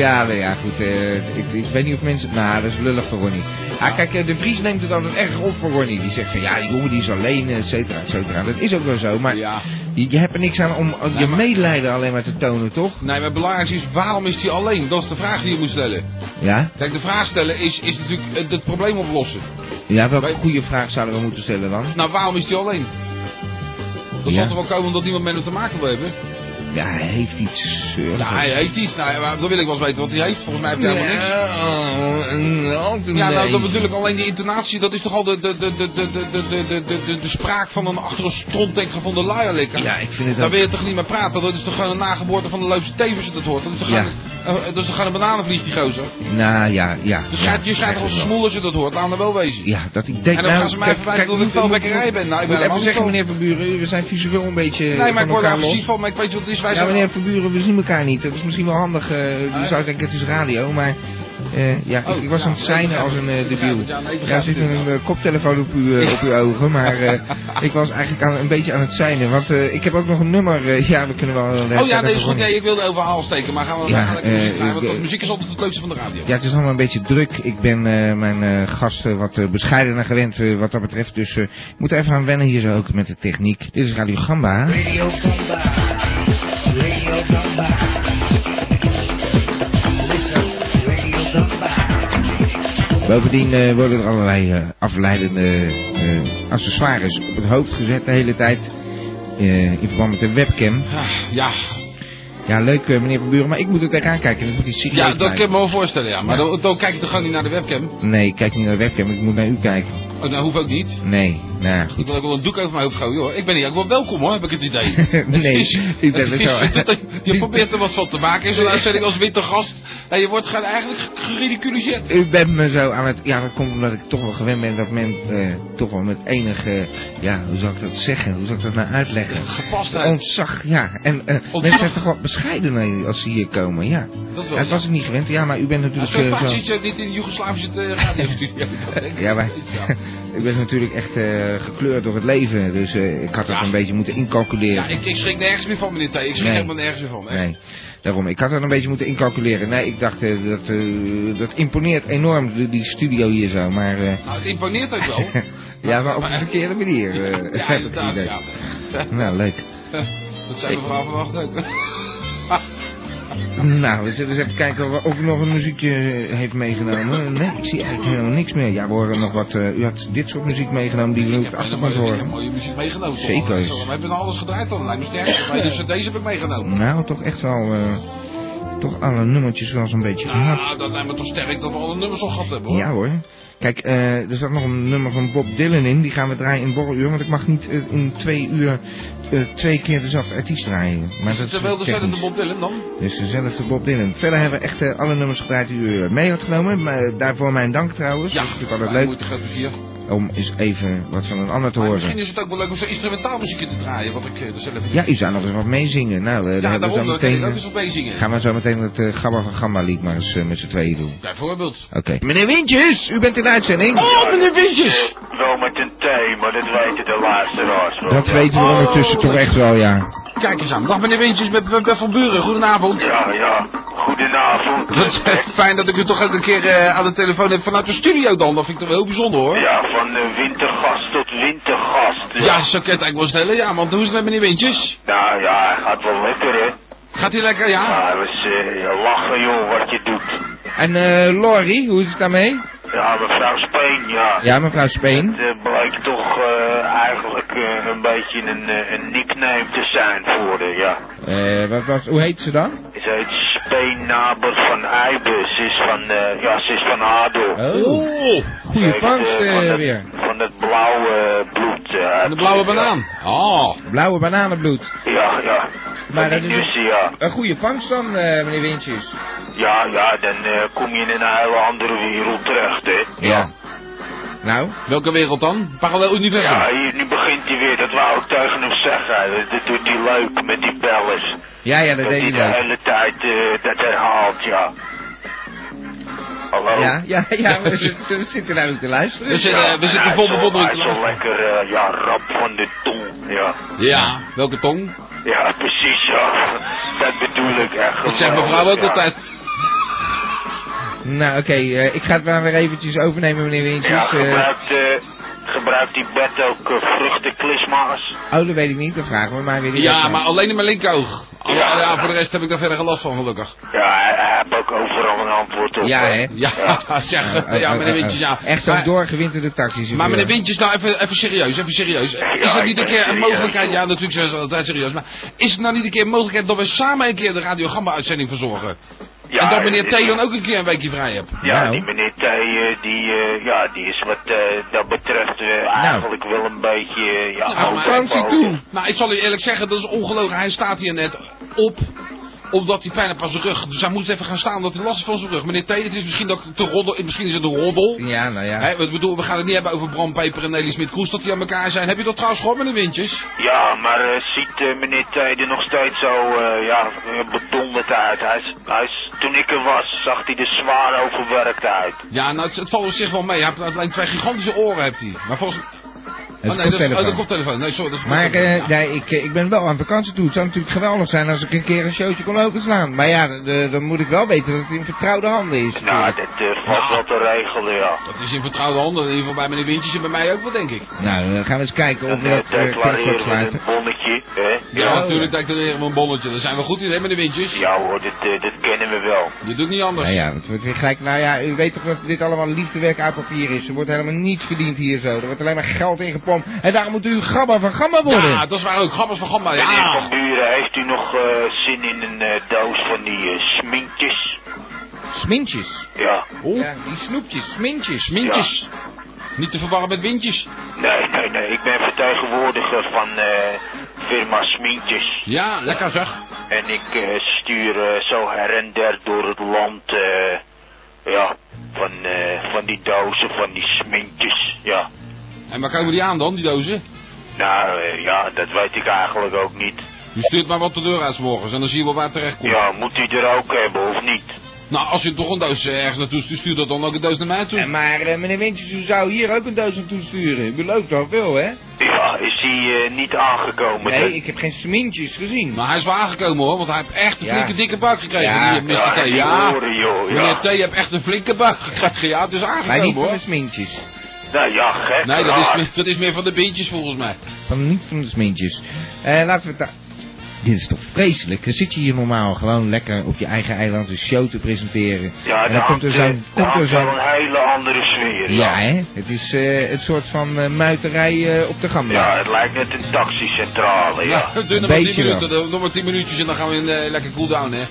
B: ja, nou ja, goed. eh, ik, ik weet niet of mensen... Nou, dat is lullig voor Ronnie. Ah, kijk, eh, de Vries neemt het altijd erg op voor Ronnie. Die zegt van, ja, die jongen die is alleen, et cetera, et cetera. Dat is ook wel zo, maar je, je hebt er niks aan om eh, je medelijden alleen maar te tonen, toch?
C: Nee, maar het belangrijkste is, waarom is die alleen? Dat is de vraag die je moet stellen.
B: Ja?
C: Kijk, de vraag stellen is, is natuurlijk eh, het probleem oplossen.
B: Ja, welke goede vraag zouden we moeten stellen dan?
C: Nou, waarom is die alleen? Dat
B: Ja.
C: zal toch wel komen omdat niemand met hem te maken wil hebben?
B: Ja, hij heeft iets... eh,
C: Ja, hij heeft iets. Nou, ja, maar dan wil ik wel eens weten wat hij heeft. Volgens mij heeft hij helemaal niks.
B: Oh, een
C: Ja, nou, dat
B: neef.
C: bedoel ik alleen die intonatie. Dat is toch al de, de, de, de, de, de, de, de, de, de, de spraak van een achter een strontdek gevonden luierlikker.
B: Ja, ik vind het
C: Daar
B: ook-
C: wil je toch niet meer praten? Dat is toch gewoon een nageboorte van de leukste tevens dat hoort? Dat is toch
B: Ja.
C: gewoon, eh, dat is toch gewoon een bananenvlieg, die gozer?
B: Nou, ja, ja.
C: Dus
B: ja,
C: schijnt- je schijnt toch als
B: eigenlijk wel.
C: smoel als je dat hoort. Laat me wel wezen.
B: Ja, dat ik denk...
C: En dan
B: nou,
C: gaan ze mij
B: kijk-
C: verwijten
B: kijk,
C: dat ik
B: moet-
C: velbekkerij
B: moet-
C: ben. Nou, ik ben
B: moet even
C: helemaal
B: zeggen,
C: niet
B: meneer Van Buren, we zijn visueel een beetje eh,
C: Nee, maar
B: van
C: ik word er
B: elkaar los.
C: agressief van. Maar ik weet je wat het is. Wij
B: Ja,
C: zijn
B: meneer Van Buren, we zien elkaar niet. Dat is misschien wel handig. eh, je
C: ja.
B: zou denken, het is radio, maar... eh, ja,
C: Oh,
B: ik, ik was
C: ja,
B: aan het
C: ik
B: zijn
C: begrijp
B: als
C: het.
B: een
C: Ik
B: eh
C: begrijp
B: debiel.
C: het. Ja, nee, ik
B: Ja, er
C: begrijp
B: zit
C: het
B: een eh, koptelefoon op uw, eh, op uw ogen, maar eh, ik was eigenlijk aan, een beetje aan het zijn. Want eh, ik heb ook nog een nummer. eh, ja, we kunnen wel...
C: Oh ja, nee, is goed. Nee, ik wilde over haal steken, maar gaan we
B: Ja,
C: gaan lekker muziek
B: eh,
C: draaien, want
B: ik-
C: dat muziek is altijd het leukste van de radio.
B: Ja, het is allemaal een beetje druk. Ik ben eh, mijn eh, gasten wat eh, bescheidener gewend eh, wat dat betreft. Dus eh, ik moet er even aan wennen hier zo ook met de techniek. Dit is Radio Gamba.
E: Radio Gamba. Radio Gamba. Listen, Radio Gamba.
B: Bovendien eh, worden er allerlei eh, afleidende eh, accessoires op het hoofd gezet de hele tijd. eh, in verband met de webcam.
C: Ja,
B: Ja, leuk eh, meneer Van Buren, maar ik moet er tegenaan kijken. Dan moet die ziek
C: ja
B: leuk
C: dat
B: zijn.
C: kan ik me wel voorstellen, ja. Maar
B: Ja.
C: Dan, dan kijk je toch gewoon niet naar de webcam?
B: Nee, ik kijk niet naar de webcam, ik moet naar u kijken.
C: Oh, nou, hoef ook niet.
B: Nee, nou ja,
C: Ik
B: goed.
C: wil ook wel een doek over mijn hoofd gooien, hoor. Ik ben hier ook wel welkom, hoor, heb ik het idee. Het
B: Nee,
C: is-
B: ik ben
C: het
B: weer
C: is-
B: zo-
C: Je probeert er wat van te maken in zo'n uitzending als wintergast. En je wordt gewoon eigenlijk ge- geridiculiseerd.
B: U bent me zo aan het... Ja, dat komt omdat ik toch wel gewend ben dat men eh, toch wel met enige... Ja, hoe zou ik dat zeggen? Hoe zou ik dat nou uitleggen?
C: Gepastheid.
B: Ontzag, ja. En eh, mensen zijn toch wat bescheiden als ze hier komen, ja.
C: Dat wel,
B: Ja, dat
C: ja.
B: was ik niet gewend. Ja, maar u bent
C: Nou,
B: natuurlijk...
C: zo
B: eh,
C: vaak
B: zo-
C: zit je niet in de Joegoslavische eh, radiostudio. dat denk ik.
B: Ja, maar
C: Ja.
B: ik ben natuurlijk echt eh, gekleurd door het leven. Dus eh, ik had dat een beetje moeten incalculeren.
C: Ja, ik, ik schrik nergens meer van, meneer T. Ik schrik
B: Nee.
C: helemaal nergens meer van. echt.
B: Nee, daarom. Ik had dat een beetje moeten incalculeren. Nee, ik dacht, eh, dat, eh, dat imponeert enorm, die, die studio hier zo. Maar eh,
C: Nou, het imponeert ook wel.
B: ja, maar op een verkeerde manier. eh,
C: Ja,
B: heb ik het
C: inderdaad,
B: idee.
C: ja.
B: Nou, leuk.
C: Dat zijn we vanaf vannacht ook.
B: Nou, we zullen eens even kijken of of u nog een muziekje eh, heeft meegenomen. Nee, ik zie eigenlijk helemaal niks meer. Ja, we horen nog wat... eh, u had dit soort muziek meegenomen die we op de achtergrond
C: Ik heb
B: horen.
C: mooie muziek meegenomen. toch?
B: Zeker.
C: Zo, We hebben alles gedraaid dan, lijkt me sterk. Maar Dus deze heb ik meegenomen.
B: Nou, toch echt wel... eh, toch alle nummertjes wel zo'n beetje gehad.
C: Ah, dat lijkt me toch sterk dat we alle nummers al gehad hebben hoor.
B: Ja hoor. Kijk, eh, er zat nog een nummer van Bob Dylan in. Die gaan we draaien in borreluur. Want ik mag niet eh, in twee uur eh, twee keer dezelfde artiest draaien. Maar
C: Is
B: dat
C: het
B: is
C: wel dezelfde
B: technisch.
C: Bob Dylan dan?
B: Dus dezelfde Bob Dylan. Verder hebben we echt eh, alle nummers gedraaid die u eh, mee had genomen. Maar, eh, daarvoor mijn dank trouwens.
C: Ja,
B: dat is natuurlijk
C: Ja,
B: altijd leuk
C: Moet groot plezier.
B: om eens even wat van een ander te
C: Maar
B: horen.
C: misschien is het ook wel leuk om zo'n instrumentaal muziekje te draaien, wat ik eh, er zelf in
B: Ja, u zou nog eens wat meezingen. Nou, eh, dan
C: Ja,
B: hebben we
C: daarom,
B: zo
C: daar kan ik
B: meteen...
C: ook eens wat mee zingen.
B: Gaan we zo meteen het eh, Gabba van Gamba lied maar eens eh, met z'n tweeën doen.
C: Bijvoorbeeld.
B: Oké. Oh! Meneer Windjes, u bent in de uitzending.
C: Oh,
D: Wintjes! Wel met een thee, maar dat weten de luisteraars wel.
B: Dat weten we ondertussen toch echt wel, ja.
C: Kijk eens aan. Dag meneer Wintjes met, met, met Van Buren. Goedenavond.
D: Ja, ja. Goedenavond.
C: Dat is echt fijn dat ik u toch ook een keer eh, aan de telefoon heb vanuit de studio dan. Dat vind ik toch heel bijzonder hoor.
D: Ja, van eh, wintergast tot wintergast.
C: Ja, zo kan je het eigenlijk wel stellen. Ja, want hoe is het met meneer Wintjes?
D: Nou ja, hij gaat wel lekker hè.
C: Gaat hij lekker, ja?
M: Ja, dat is eh, lachen joh, wat je doet.
B: En eh Lori, hoe is het daarmee?
M: Ja, mevrouw Speen, ja.
B: Ja, mevrouw Speen.
M: Het eh, blijkt toch eh, eigenlijk eh, een beetje een, eh, een nickname te zijn voor de, ja.
B: Eh, wat, was? hoe heet ze dan?
M: Ze heet Speen Nabert van Eiben. Ze is van, eh, ja, ze is van ADO.
B: Oh, goede
M: Ze
B: vangst
M: heeft, eh,
B: eh,
M: van het-
B: weer.
M: Van het blauwe bloed. eh,
C: De blauwe banaan. Oh.
B: Blauwe bananenbloed.
M: Ja, ja.
B: Maar
M: Van
B: dat
M: die
B: is
M: nussen, ja.
B: een goede vangst dan, eh, meneer Wintjes.
M: Ja, ja, dan eh, kom je in een hele andere wereld terecht, hè.
B: Ja. Nou?
C: Welke wereld dan? Parallel universum.
M: Ja, hier, nu begint hij weer. Dat wou ik tegen hem zeggen. Dat doet hij leuk met die bellers.
B: Ja, ja, dat
M: Dat hij
B: deed hij
M: de
B: wel.
M: hele tijd eh, dat herhaalt, ja. Hallo?
C: Oh.
B: Ja, ja, ja, we, we- we zitten daar ook te luisteren.
M: en hij is al- Hij is al lekker, eh, ja, rap van de tong, ja.
C: Ja, welke tong?
M: Ja, precies, ja. Dat bedoel ik echt.
C: Dat zegt mevrouw ook
M: geweldig, ja.
C: altijd.
B: Nou, oké, eh, ik ga het maar weer eventjes overnemen, meneer
M: Ja,
B: Wintjes. eh
M: gebruikt, eh, gebruikt die bed ook eh, vruchtenklisma's?
B: oh, dat weet ik niet, dan vragen we maar weer. direct
C: Ja,
B: aan.
C: maar alleen in mijn linkeroog. Ja.
M: Ja.
C: ja, voor de rest heb ik daar verder geen last van, gelukkig.
M: Ja, hij, hij heeft ook overal een antwoord op.
B: Ja,
M: hè.
B: hè?
C: Ja,
B: Oh,
C: zeg.
B: oh,
C: Ja, meneer
B: oh,
C: Wintjes,
B: oh.
C: ja.
B: Echt zo'n
C: Maar-
B: doorgewinterde taxi.
C: Maar meneer Wintjes, nou even, even serieus, even serieus. Is dat
M: ik
C: niet een
M: ben
C: keer een
M: serieus,
C: mogelijkheid?
M: joh.
C: Ja, natuurlijk zijn ze altijd serieus. Maar is het nou niet een keer een mogelijkheid dat we samen een keer de Radio Gamma uitzending verzorgen?
M: Ja,
C: en dat meneer
M: eh,
C: T dan ook een keer een weekje vrij hebt?
M: Ja,
B: Nou.
M: die meneer T, eh, die, eh, ja, die is wat eh, dat betreft eh, eigenlijk wel een beetje... eh, ja,
C: Nou, maar-
M: overbodig.
C: Nou, ik zal u eerlijk zeggen, dat is ongelogen. Hij staat hier net op omdat hij pijn heeft aan zijn rug. Dus hij moest even gaan staan omdat hij last heeft van zijn rug. Meneer T, het is misschien, dat ik te roddel, misschien is het een roddel.
B: Ja, nou ja.
C: Hè, ik bedoel, we gaan het niet hebben over Bram Peper en Nelly Smit-Koes, dat die aan elkaar zijn. Heb je dat trouwens gehoord, meneer Wintjes?
M: Ja, maar eh, ziet eh, meneer T er nog steeds zo eh ja, eh, bedonderd uit. Hij is, hij is, toen ik er was, zag hij er zwaar overwerkt uit.
C: Ja, nou, het, het valt op zich wel mee. Hij heeft alleen twee gigantische oren, heeft hij. Maar volgens...
B: is
C: oh, nee, dat is, oh,
B: koptelefoon.
C: de koptelefoon. Nee, sorry, dat is de
B: Maar
C: koptelefoon.
B: eh, nee, ik, eh, ik ben wel aan vakantie toe. Het zou natuurlijk geweldig zijn als ik een keer een showtje kon openslaan. Maar ja, d- d- dan moet ik wel weten dat het in vertrouwde handen is.
M: Nou,
B: natuurlijk.
M: dat eh, valt wel te regelen, ja.
C: Ja, Dat is in vertrouwde handen, in ieder geval bij meneer Wintjes en bij mij ook wel, denk ik.
B: Nou, dan gaan we eens kijken of
M: Dan
B: we
M: eh,
B: dat eh, kunnen
M: declareren we een
B: kortsluiten.
M: bonnetje, hè?
C: Ja,
B: Ja,
C: natuurlijk, denk ik dat een bonnetje. Daar zijn we goed in, hè, meneer Wintjes?
M: Ja hoor, dat, eh, dat kennen we wel.
C: Je doet niet anders.
B: Nou ja, dat wordt weer gelijk. Nou ja, u weet toch dat dit allemaal liefdewerk uit papier is. Er wordt helemaal niet verdiend hier zo. Er wordt alleen maar geld ingepompt. En daarom moet u gabba van gamma worden.
C: Ja, dat is waar ook. Gabbers van Gamba,
M: Meneer Van
C: ja.
M: Buren, heeft u nog eh, zin in een eh, doos van die eh, sminkjes?
B: Smintjes.
M: Ja.
B: Ja, die snoepjes. Smintjes.
C: Smintjes. Niet te verwarren met windjes.
M: Nee, nee, nee. Ik ben vertegenwoordiger van eh, firma Smientjes.
C: Ja, lekker zeg.
M: En ik eh, stuur eh, zo her en der door het land, eh, ja, van, eh, van die dozen, van die smintjes, ja.
C: En waar komen die aan dan, die dozen?
M: Nou, eh, ja, dat weet ik eigenlijk ook niet.
C: U stuurt maar wat de deur uit 's morgens en dan zie je wel waar het terecht komt.
M: Ja, moet u er ook hebben of niet?
C: Nou, als u toch een doos eh, ergens naartoe stuurt, stuur dat dan ook een doos naar mij toe.
B: Eh, Maar eh, meneer Wintjes, u zou hier ook een doos naartoe sturen. U belooft toch veel, hè?
M: Ja, is die eh, niet aangekomen? Dus-
B: Nee,
M: hè?
B: ik heb geen smintjes gezien.
C: Maar hij is wel aangekomen hoor, want hij heeft echt een
B: Ja.
C: flinke dikke buik gekregen.
B: Ja.
C: die, meneer T.
M: die
C: Ja,
M: horen, joh, ja.
C: meneer T heeft echt een flinke buik gekregen. Ja, het is
B: Maar
C: aangekomen
B: niet van
C: hoor.
B: de smintjes.
M: Nou ja, gek.
C: Nee, dat is,
M: raar.
C: meer- dat is meer van de beentjes volgens mij.
B: Van, niet van de smintjes. Eh, laten we het daar... Dit is toch vreselijk? Dan zit je hier normaal gewoon lekker op je eigen eiland een show te presenteren.
M: Ja,
B: en dan
M: daar
B: komt er
M: hangt, eh,
B: zo'n...
M: daar hangt
B: Komt er
M: wel
B: zo'n...
M: een hele andere sfeer.
B: Ja, hè? Het is eh, het soort van eh, muiterij eh, op de
M: Ja,
B: gamba.
M: het lijkt net een taxicentrale, ja.
C: Nou, doe nog maar
B: beetje
C: 10 minuten,
B: wel.
C: nog maar 10 minuutjes en dan gaan we in eh, lekker cooldown, hè.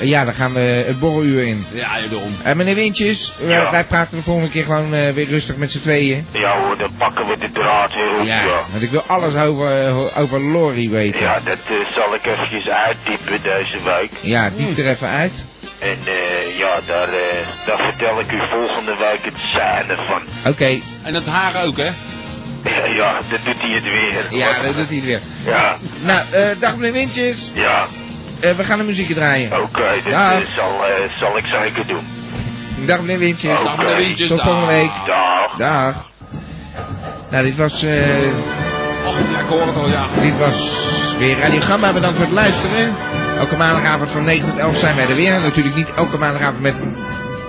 B: Eh, Ja, daar gaan we het borreluur in.
C: Ja, ja, daarom.
B: Eh, meneer Wintjes, eh,
M: Ja.
B: wij praten de volgende keer gewoon eh, weer rustig met z'n tweeën.
M: Ja hoor, dan pakken we de draad weer op, ja.
B: want ik wil alles over, eh, over Lori weten.
M: Ja, dat eh, zal ik eventjes uittypen deze week.
B: Ja,
M: Hm.
B: diep er even uit.
M: En eh, ja, daar, eh, daar vertel ik u volgende week het scène van.
B: Oké,
C: En het haar ook, hè.
M: ja, dat doet hij het weer.
B: ja, dat doet hij weer.
M: Ja,
B: Nou, eh, dag meneer Wintjes.
M: ja,
B: Eh, we gaan de muziekje draaien.
M: oké, dat
B: Ja.
M: eh, zal, eh, zal ik zeker doen.
B: Dag meneer Wintjes.
M: Oké.
C: Dag meneer Wintjes,
B: Tot
C: dag.
B: volgende week.
M: Dag.
B: Dag. Nou, dit was, eh,
C: Och, ja, ik hoor het al, ja.
B: dit was weer Radio Gamma. Bedankt voor het luisteren. Elke maandagavond van 9 tot 11 zijn wij er weer. Natuurlijk niet elke maandagavond met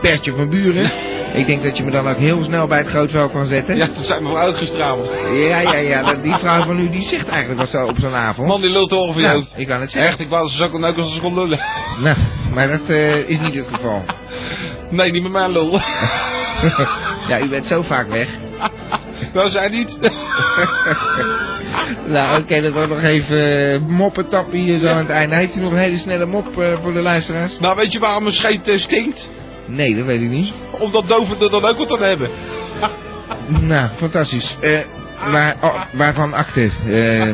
B: Bertje van Buren. Ik denk dat je me dan ook heel snel bij het grootvuil kan zetten.
C: Ja, dat zijn me wel uitgestraald.
B: Ja, ja, ja. dat- Die vrouw van u die zegt eigenlijk wat zo op zo'n avond.
C: Man, die lult toch van je
B: Nou,
C: hoofd.
B: Ik kan het zeggen.
C: Echt, ik wou dat ze zo kon neuken als ze kon lullen.
B: Nou, maar dat eh, is niet het geval.
C: Nee, niet met mijn lul.
B: ja, u bent zo vaak weg.
C: Nou, zij niet.
B: Nou, oké, dat wordt nog even eh, moppetappie hier zo aan het einde. Heeft u nog een hele snelle mop eh, voor de luisteraars?
C: Nou, weet je waarom een scheet eh, stinkt?
B: Nee, dat weet ik niet.
C: Omdat doven er dan ook wat aan hebben.
B: Nou, fantastisch. Eh, waar, oh, waarvan acte? Eh, meneer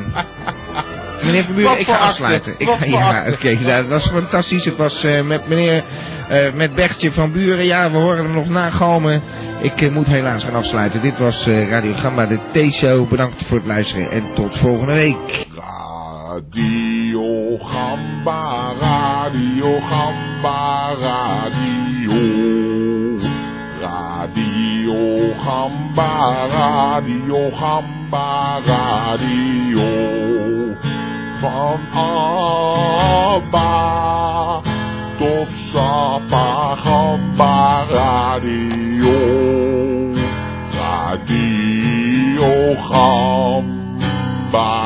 C: Wat
B: Verbuur, ik
C: voor
B: ga
C: akte?
B: afsluiten. Ik
C: Wat
B: ga,
C: voor
B: ja,
C: akte?
B: oké, nou, dat was fantastisch. Ik was eh, met meneer, eh, met Bertje van Buren. Ja, we horen hem nog nagalmen. Ik eh, moet helaas gaan afsluiten. Dit was eh, Radio Gamba, de T-show. Bedankt voor het luisteren en tot volgende week.
N: Radio Gamba, Radio Gamba, Radio. Radio Gamba, Radio Gamba, Radio. Van Abba tot Sapa Gamba, Radio. Radio Gamba.